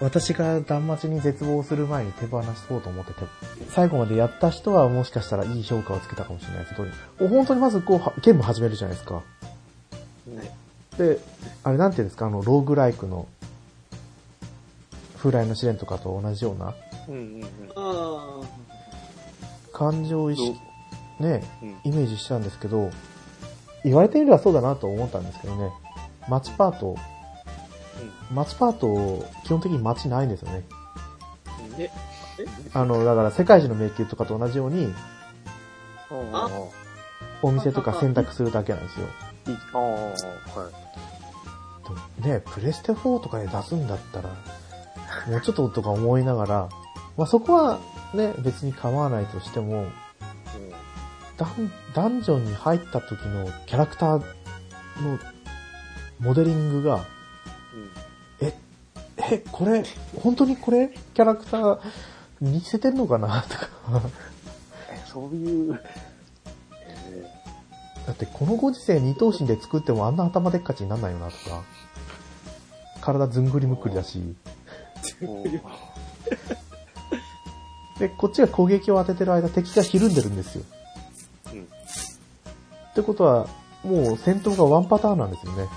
A: 私が断末に絶望する前に手放そうと思ってて、最後までやった人はもしかしたらいい評価をつけたかもしれないけど、本当にまずこうは、ゲーム始めるじゃないですか。で、あれなんていうんですか、あの、ローグライクの、風来の試練とかと同じような、
B: うんうんうん。
C: あ
A: 感情を意識、ね、
B: うん
A: イメージしてたんですけど、言われてみればそうだなと思ったんですけどね、街パート、街パート、基本的に街ないんですよね。
C: あ、で、
A: あの、だから世界一の迷宮とかと同じように、
B: ああ。
A: お店とか選択するだけなんですよ。
B: いいああ、はい。
A: でもね、プレステ4とかで出すんだったら、もうちょっととか思いながら、まあそこはね、別に構わないとしても、ダンダンジョンに入った時のキャラクターのモデリングが、え、え、これ、本当にこれキャラクター似せてんのか なとか。
B: えそういう、
A: だってこのご時世二頭身で作ってもあんな頭でっかちになんないよなとか。体ずんぐりむっくりだし。
B: もう
A: で、こっちが攻撃を当ててる間敵がひるんでるんですよ。
B: うん
A: ってことは、もう戦闘がワンパターンなんですよね。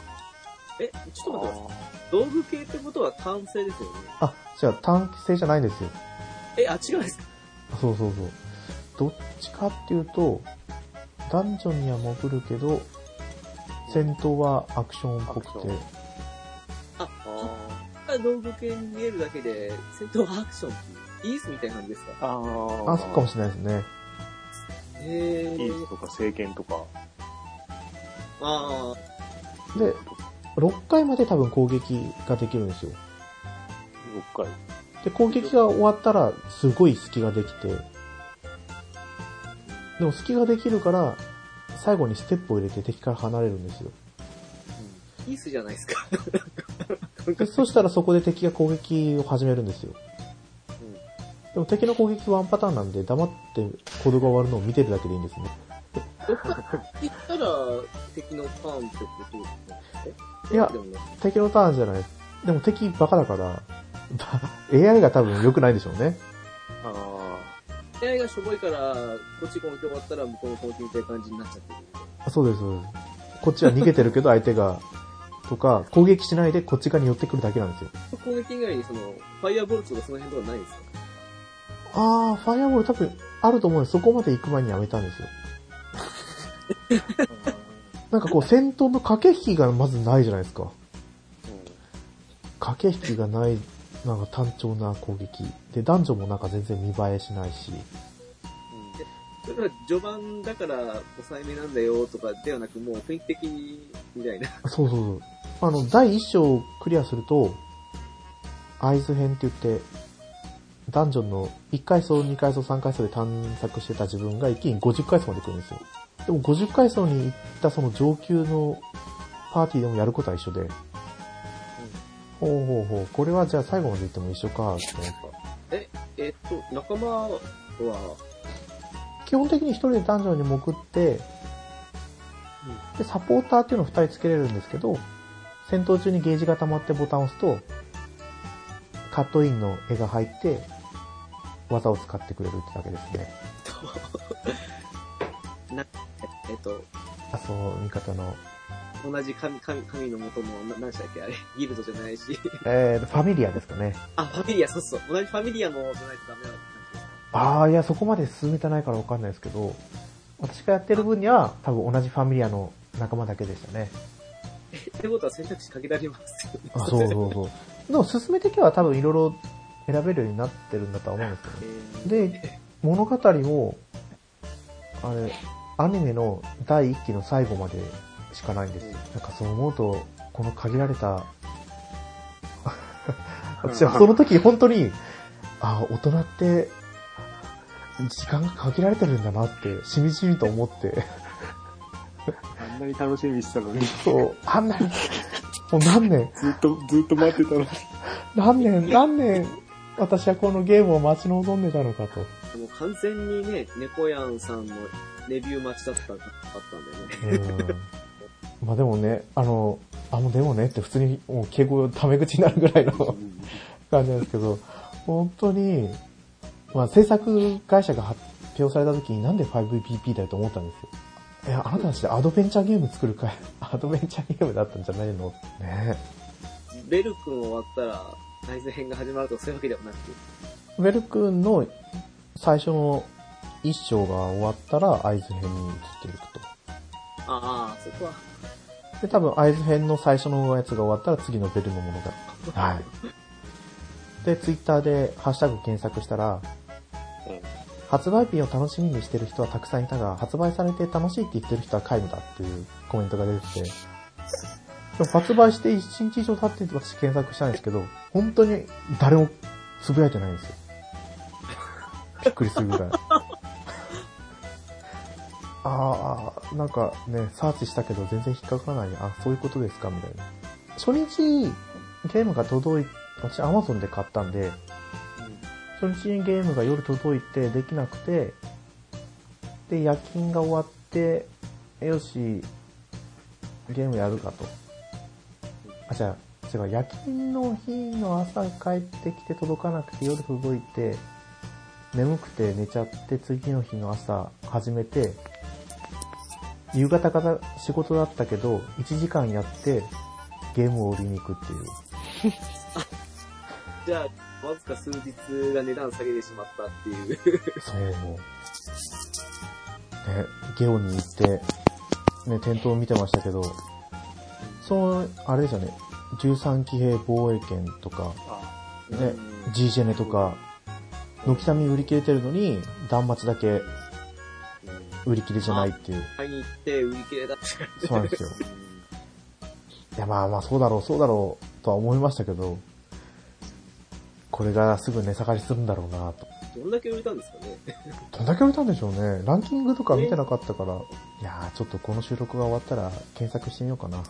C: え、ちょっと待ってください。道具系ってことは単性ですよね。
A: あ、じゃあ短期性じゃないんですよ。
C: え、あ、違うんですか
A: そうそうそう。どっちかっていうと、ダンジョンには潜るけど、戦闘はアクションっぽ
B: ア
A: く
B: クシ
A: て
B: ョン。
C: あ道具系に見えるだけで、戦闘はアクションっていう、イースみたいな感じですか
B: ああ。
A: あ、そうかも
B: し
A: しれないですね。
C: へえ
B: イースとか政権とか。
C: あ
A: で、6回まで多分攻撃ができるんですよ。
B: 6回。
A: で、攻撃が終わったら、すごい隙ができて、でも隙ができるから、最後にステップを入れて敵から離れるんですよ。
C: ーイースじゃないですか。
A: でそしたらそこで敵が攻撃を始めるんですよ。でも敵の攻撃はワンパターンなんで、黙って行動が終わるのを見てるだけでいいんですね。
C: どっか 行ったら、敵のターンってことですね。
A: いや
C: でもね
A: 敵のターンじゃない。でも敵バカだから、 ば AI が多分良くないでしょうね。
B: ああ。
C: AI がしょぼいから、こっち攻撃終わったら向こうの攻撃みたいな感じになっちゃってる。
A: そうです、そうです。こっちは逃げてるけど相手が、とか、攻撃しないでこっち側に寄ってくるだけなんですよ。
C: 攻撃以外にその、ファイアボルトとかその辺とかないんですか
A: あー、ファイアボール多分あると思うんです。そこまで行く前にやめたんですよ。なんかこう戦闘の駆け引きがまずないじゃないですか。駆け引きがない、なんか単調な攻撃。で、男女もなんか全然見栄えしないし。
C: それは序盤だから抑えめなんだよとかではなく、もう雰囲気的に、みたいな。
A: そうそうそう。あの、第1章をクリアすると、合図編って言って、ダンジョンの1階層、2階層、3階層で探索してた自分が一気に50階層まで来るんですよ。でも50階層に行ったその上級のパーティーでもやることは一緒で、ほうほうほう、これはじゃあ最後まで行っても一緒か、って思った。
C: えっと、仲間は、
A: 基本的に一人でダンジョンに潜って、で、サポーターっていうのを二人つけれるんですけど、戦闘中にゲージが溜まってボタンを押すと、カットインの絵が入って、技を使ってくれるってだけですね。
C: えっと、
A: あ、そう、味方の。
C: 同じ神、神、神の元の、な何でしたっけあれ、ギルドじゃないし。
A: えー、ファミリアですかね。
C: あ、ファミリア、そうそう。同じファミリアのじゃないとダメなの。
A: ああ、いや、そこまで進めてないからわかんないですけど、私がやってる分には、多分同じファミリアの仲間だけでしたね。
C: ってことは選択肢限られますよね。
A: あ、そうそうそう。 でも進めていけば多分いろいろ選べるようになってるんだとは思うんですけどね
C: えー
A: で、物語も、あれ、アニメの第1期の最後までしかないんですよ。なんかそう思うと、この限られた、私 はその時本当に、あ大人って、時間が限られてるんだなって、しみじみと思 って、
B: あんなに楽しみにしてたのに、
A: そう、あんなに、もう何年、
B: ずっと、ずっと待ってたのに。
A: 何年、何年、私はこのゲームを待ち望んでたのかと。
C: もう完全にね、猫やんさんのレビュー待ちだったかったんだよね。
A: うん。まあでもね、あの、あ、もうでもねって普通にもう敬語、タメ口になるぐらいの感じなんですけど、本当に、まあ制作会社が発表された時になんで 5PP だよと思ったんですよ。いや、あなたたちでアドベンチャーゲーム作るかい、アドベンチャーゲームだったんじゃないのね
C: ベル君終わったら、対戦編が始まるとかそういうわけではなくて。
A: ウェル君の最初の一章が終わったら合図編に移っていくと。
C: ああ、そこは。
A: で、多分、合図編の最初のやつが終わったら次のベルのものが。はい。で、ツイッターでハッシュタグ検索したら、
B: うん
A: 発売日を楽しみにしてる人はたくさんいたが、発売されて楽しいって言ってる人は皆無だっていうコメントが出てて、でも発売して1日以上経って私検索したんですけど、本当に誰もつぶやいてないんですよ。びっくりするぐらい。 ああ、なんかね、サーチしたけど全然引っかからないね。あ、そういうことですかみたいな。初日、ゲームが届い、私 Amazon で買ったんで、初日にゲームが夜届いてできなくて、で、夜勤が終わって、よし、ゲームやるかと。あ、じゃあ、違う、夜勤の日の朝帰ってきて届かなくて夜届いて、眠くて寝ちゃって次の日の朝始めて、夕方から仕事だったけど、1時間やって、ゲームを売りに行くっていう。
C: じゃあ、わずか数日が値段下げてしまったっていう。
A: そう。ね、ゲオに行って、ね、店頭を見てましたけど、その、あれですよね、13騎兵防衛圏とか、
B: あ
A: ね、G ジェネとか、軒並み売り切れてるのに、断末だけ売り切れじゃないっていう。
C: 買いに行って売り切れだったから
A: そうなんですよ。 いや、まあまあ、そうだろう、そうだろう、とは思いましたけど、これがすぐ値下がりするんだろうなと。
C: どんだけ売れたんですかね。
A: どんだけ売れたんでしょうね。ランキングとか見てなかったから。いやー、ちょっとこの収録が終わったら検索してみようかな。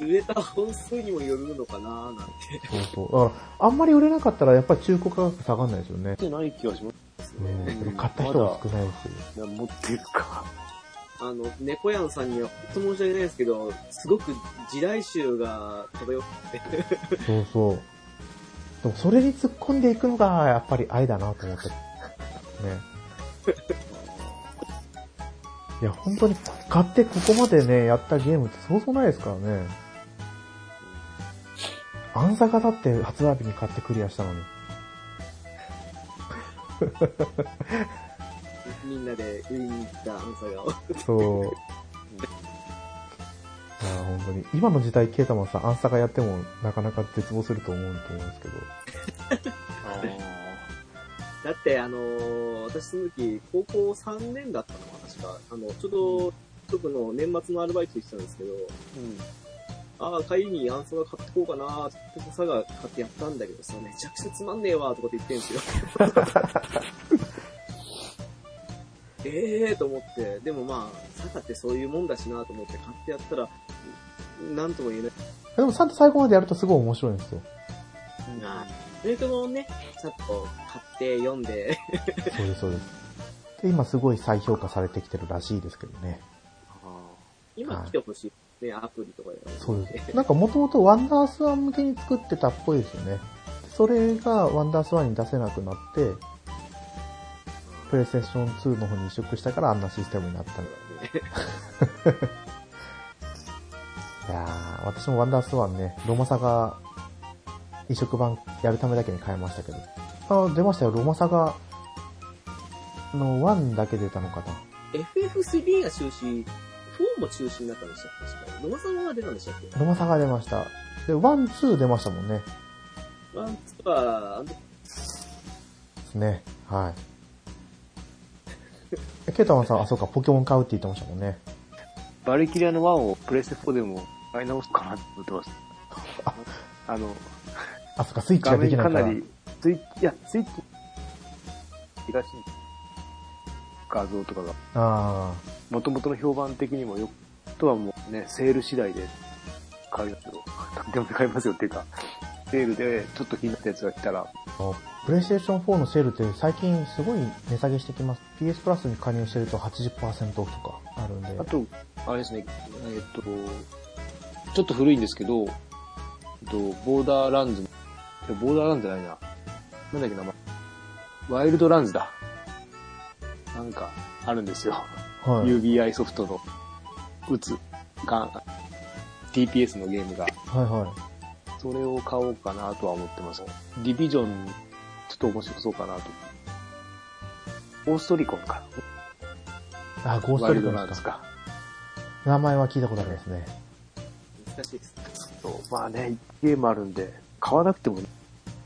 C: 売れた本数にもよるのかなーなんて。
A: そうそう。だから、あんまり売れなかったらやっぱり中古価格下がんないですよね。
B: じゃない気がしま
A: うん。買った人は少ないですよ。
B: す。持ってるか。
C: あの、猫やんさんには本当申し訳ないですけど、すごく時代臭が漂って、
A: そうそう。でもそれに突っ込んでいくのがやっぱり愛だなと思って。ね。いや、本当に買ってここまでね、やったゲームってそうそうないですからね。アンサガだって発売日に買ってクリアしたのに。
C: みんなで売りに行ったアンサガを。
A: そう。いや本当に。今の時代、ケータマンさん、アンサがやっても、なかなか絶望すると思うと思うんですけど。
C: だって、あのー私その時、高校3年だったの、私が。あの、ちょうど、僕の年末のアルバイトしてたんですけど、ああ、帰りにアンサガ買ってこうかなーって、サガ買ってやったんだけどさ、めちゃくちゃつまんねえわーとかって言ってんすよ。 ええーと思って、でもまあ、サガってそういうもんだしなーと思って買ってやったら、なんとも言えない。
A: でも、ちゃんと最後までやるとすごい面白いんですよ。
C: なそれともね、ちょっと買って読んで、
A: そうです、そうです。で、今すごい再評価されてきてるらしいですけどね。
C: 今来てほしい。ね、アプリとかで。
A: そうです。なんかもともとワンダースワン向けに作ってたっぽいですよね。それがワンダースワンに出せなくなって、プレイステーション2の方に移植したからあんなシステムになったんだ いやー、私もワンダースワンね、ロマサガ移植版やるためだけに変えましたけど。あ、出ましたよ、ロマサガの1だけ出たのかな。
C: FF3 が中止、4も中止になったんでしたっけ確かに。野間さんは出たんでしたっけ
A: ロマサガ出ました。で、1、2出ましたもんね。
C: ワンツーは、あの、
A: ですね。はい。えケイタマンさん、あ、そうか、ポケモン買うって言ってましたもんね。
B: バルキリアの1をプレステ4でも買い直すかなと思ってます。あの、
A: あ、そうか、スイッチ
B: 画
A: ができ
B: 面
A: ないか。
B: からなり、スイッチ、いや、スイッチ、東に画像とかが、
A: あ
B: もともとの評判的にもよく、あとはもうね、セール次第で買いますよ。とでも買いますよっていうか、セールでちょっと気になったやつが来たら、
A: あ。プレイステーション4のセールって最近すごい値下げしてきます。PS プラスに加入してると80%オフとかあるんで。
B: あと、あれですね、えーっと、ちょっと古いんですけど、えっと、ボーダーランズ、いやボーダーランズじゃないな。なんだっけ名前。ワイルドランズだ。なんか、あるんですよ。
A: はい。
B: UBI ソフトの、打つ、ガン、TPS のゲームが。
A: はいは
B: それを買おうかなとは思ってます。ディビジョン、ちょっと面白そうかなと。オーストリコンか。
A: い。あ、ゴース
B: ワ
A: ト
B: イ
A: リ
B: ル
A: ッ
B: ド
A: ク
B: ラン
A: で
B: ズ
A: すか。
B: か。
A: 名前は聞いたことありますね。
C: 難しいです。
B: そうまあね、ゲームあるんで、買わなくても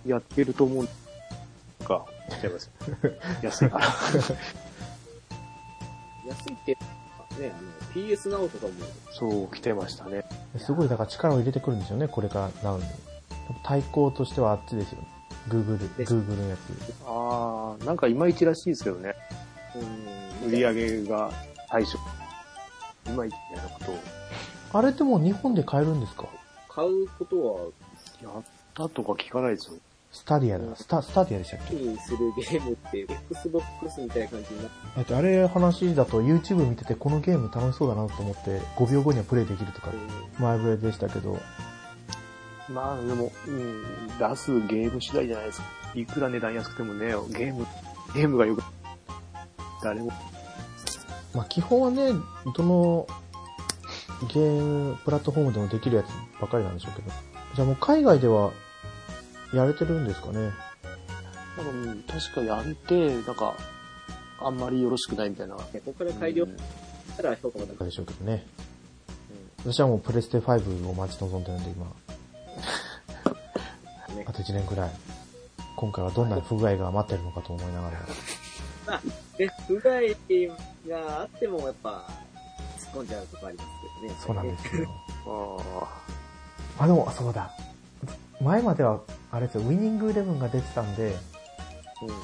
B: やってると思う。か、やっちゃいます。 安いから。
C: 安いって、ね、あの、PS なおとかも、
B: そう、来てましたね。
A: すごいだから力を入れてくるんですよね、これからなのに。対抗としてはあっちですよね。Google、
C: です
A: Google のや
B: ああ、なんかいまいちらしいですけどね。
C: うん
B: 売り上げが最初。いまいちみたいなことを。
A: つ。あれってもう日本で買えるんですか
C: 買うことは、
B: やったとか聞かないですよ。
A: スタディアだ。スタ、スタディアでしたっけ
C: にするゲームって、Xbox みたいな感じになっ
A: えっと、あれ話だと YouTube 見ててこのゲーム楽しそうだなと思って5秒後にはプレイできるとか
C: て、
A: 前触れでしたけど、
B: まあでも、うん、出すゲーム次第じゃないですか。いくら値段安くてもね、ゲーム、ゲームがよく、誰も、
A: まあ基本はね、どのゲーム、プラットフォームでもできるやつばかりなんでしょうけど。じゃあもう海外ではやれてるんですかね。
B: なんかうん確かやれて、なんか、あんまりよろしくないみたいな。
C: ここから改良
B: うん
C: したら評価が高
A: でしょうけどね。私はもうプレステ5を待ち望んでるんで今。
C: いね
A: あ。と1年くらい。今回はどんな不具合が待ってるのかと思いながら。
C: で、不具合があっても、やっぱ、突っ込んじゃうとこありますけどね。。
A: そうなんですすよ。
B: あ
A: あ、でも、そうだ。前までは、あれですよ、ウィニングイレブンが出てたんで、
B: ーうんうん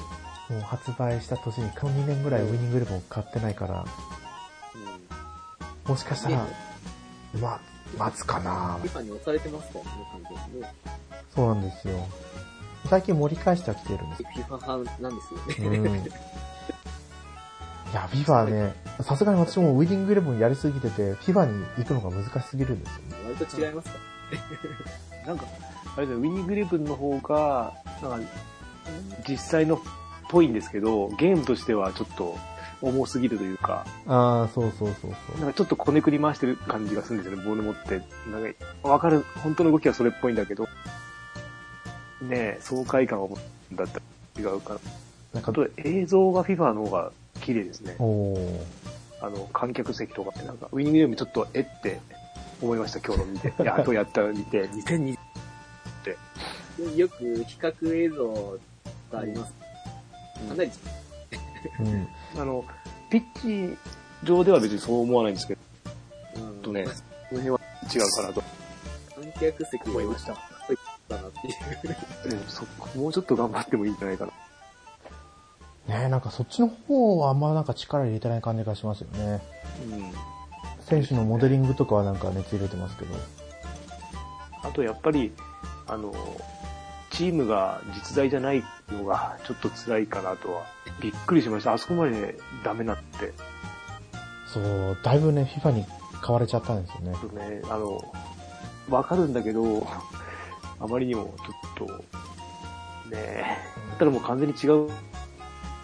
A: もう発売した年に、この2年ぐらいウィニングイレブンを買ってないから、もしかしたら、ま、待つかな
C: 今に押されてますからね、完全にね。
A: そうなんですよ。最近盛り返しては来てるんです。
C: FIFA 派なんですよね。
A: うん。いや、FIFA ね、さすがに私もウィニングイレブンやりすぎてて、FIFA に行くのが難しすぎるんですよね。
C: 割と違いますか
B: なんか、あれだよウィニングイレブンの方が、なんか、実際のっぽいんですけど、ゲームとしてはちょっと重すぎるというか、
A: ああ、そうそうそうそ
B: な
A: う。
B: んかちょっとこねくり回してる感じがするんですよね、ボール持って。なんか、わかる、本当の動きはそれっぽいんだけど、ねえ、爽快感を持つんだったら違うかな。
A: なんか
B: あ、と映像が FIFA の方が綺麗ですね。
A: おー。
B: あの、観客席とかってなんか、ウィニングよりもちょっと、えって思いました、今日の見て。いや、あとやったの見て、2002。
C: ら。よく比較映像があります。かなり、
A: うん。
B: あの、ピッチ上では別にそう思わないんですけど、
C: うん
B: とねこの辺は違うかなと
C: 観客席
B: 思
C: も
B: い
C: 良
B: ま
C: かっ
B: した。
C: たなっていう。
B: うんそこもうちょっと頑張ってもいいんじゃないかな。
A: ねえ、なんかそっちの方はあんまなんか力入れてない感じがしますよね。
B: うん。
A: 選手のモデリングとかはなんか熱入れてますけど。
B: あとやっぱり、あの、チームが実在じゃないのがちょっと辛いかなとは、びっくりしました。あそこまでダメなって。
A: そう、だいぶね、FIFA に買われちゃったんですよね。
B: ちょっとね、あの、わかるんだけど、あまりにもちょっと、ねえ、だったらもう完全に違う。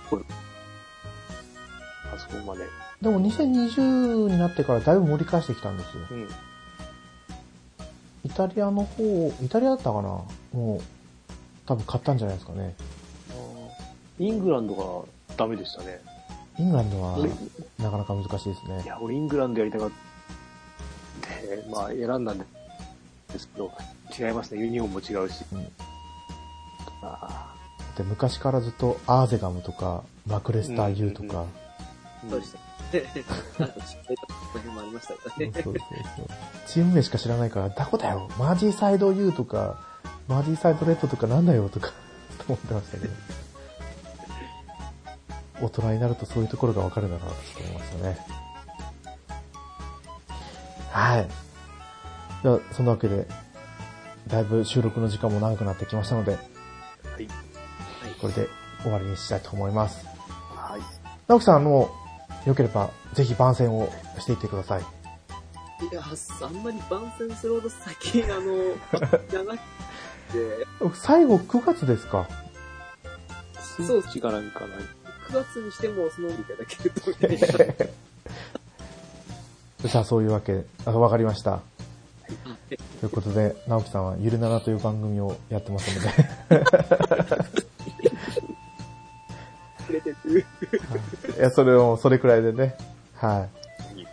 B: これあそこまで。
A: でも2020になってからだいぶ盛り返してきたんですよ。
B: うん。
A: イタリアの方、イタリアだったかなもう、多分買ったんじゃないですかね。
B: イングランドがダメでしたね。
A: イングランドは
B: 俺
A: なかなか難しいです
B: い
A: ね。
B: や、俺イングランドやりたかった。で、まあ選んだんですけど、違いますね。ユニフォームも違うし。
A: うん
B: あ
A: で昔からずっとアーゼガムとか、マクレスター U とか、
C: そうでした。 なんか、ちょっとこの辺もありましたよね。
A: そうそうそう。チーム名しか知らないから、どこだよマージーサイド U とか、マージーサイドレッドとかなんだよとか、 と思ってましたけど。大人になるとそういうところがわかるんだなと思いましたね。はい。では、そんなわけで、だいぶ収録の時間も長くなってきましたので、
B: い
A: これで終わりにしたいと思います。
B: はい。
A: 直樹さん、あの、良ければ、ぜひ番宣をしていってください。
C: いや、あんまり番宣するほど先、あの、じゃなくて、
A: 最後9月ですか
B: スイッチかなんかない。
C: 9月にしても、その、いただけると、
A: さあ、そういうわけで、あわかりました。ということで、直樹さんはゆるならという番組をやってますので、
C: くれてる。
A: いや、それを、それくらいでね、はい。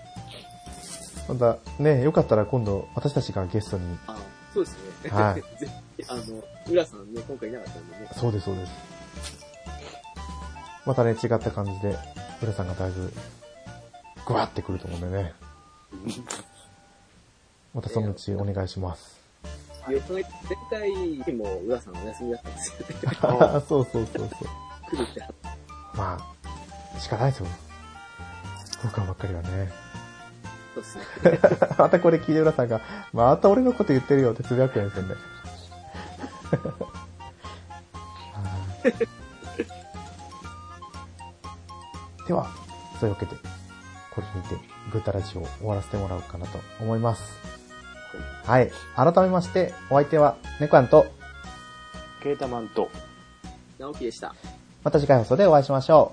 A: また、ね、よかったら今度、私たちがゲストに、
C: あそうですね。
A: はい
C: ぜひ、あの、浦さんね、今回いなかったんでね。
A: そうです、そうです。またね、違った感じで、浦さんがだいぶ、ぐわってくると思うんでね。またそのうちお願いします。
C: よく考えて前回も浦さんお休みだったんですよね。
A: あ そうそうそうそう。
C: 来るってあっ
A: まあ、仕方ないですよ。福岡ばっかりはね。
C: たですね。
A: またこれ聞いて浦さんが、また俺のこと言ってるよってつぶやくんですよ ね。はいでは、そういうわけで、これにて、グータラジオを終わらせてもらおうかなと思います。はい。改めまして、お相手は、ネコアンと、
B: ケータマンと。
C: 直樹でした。
A: また次回放送でお会いしましょ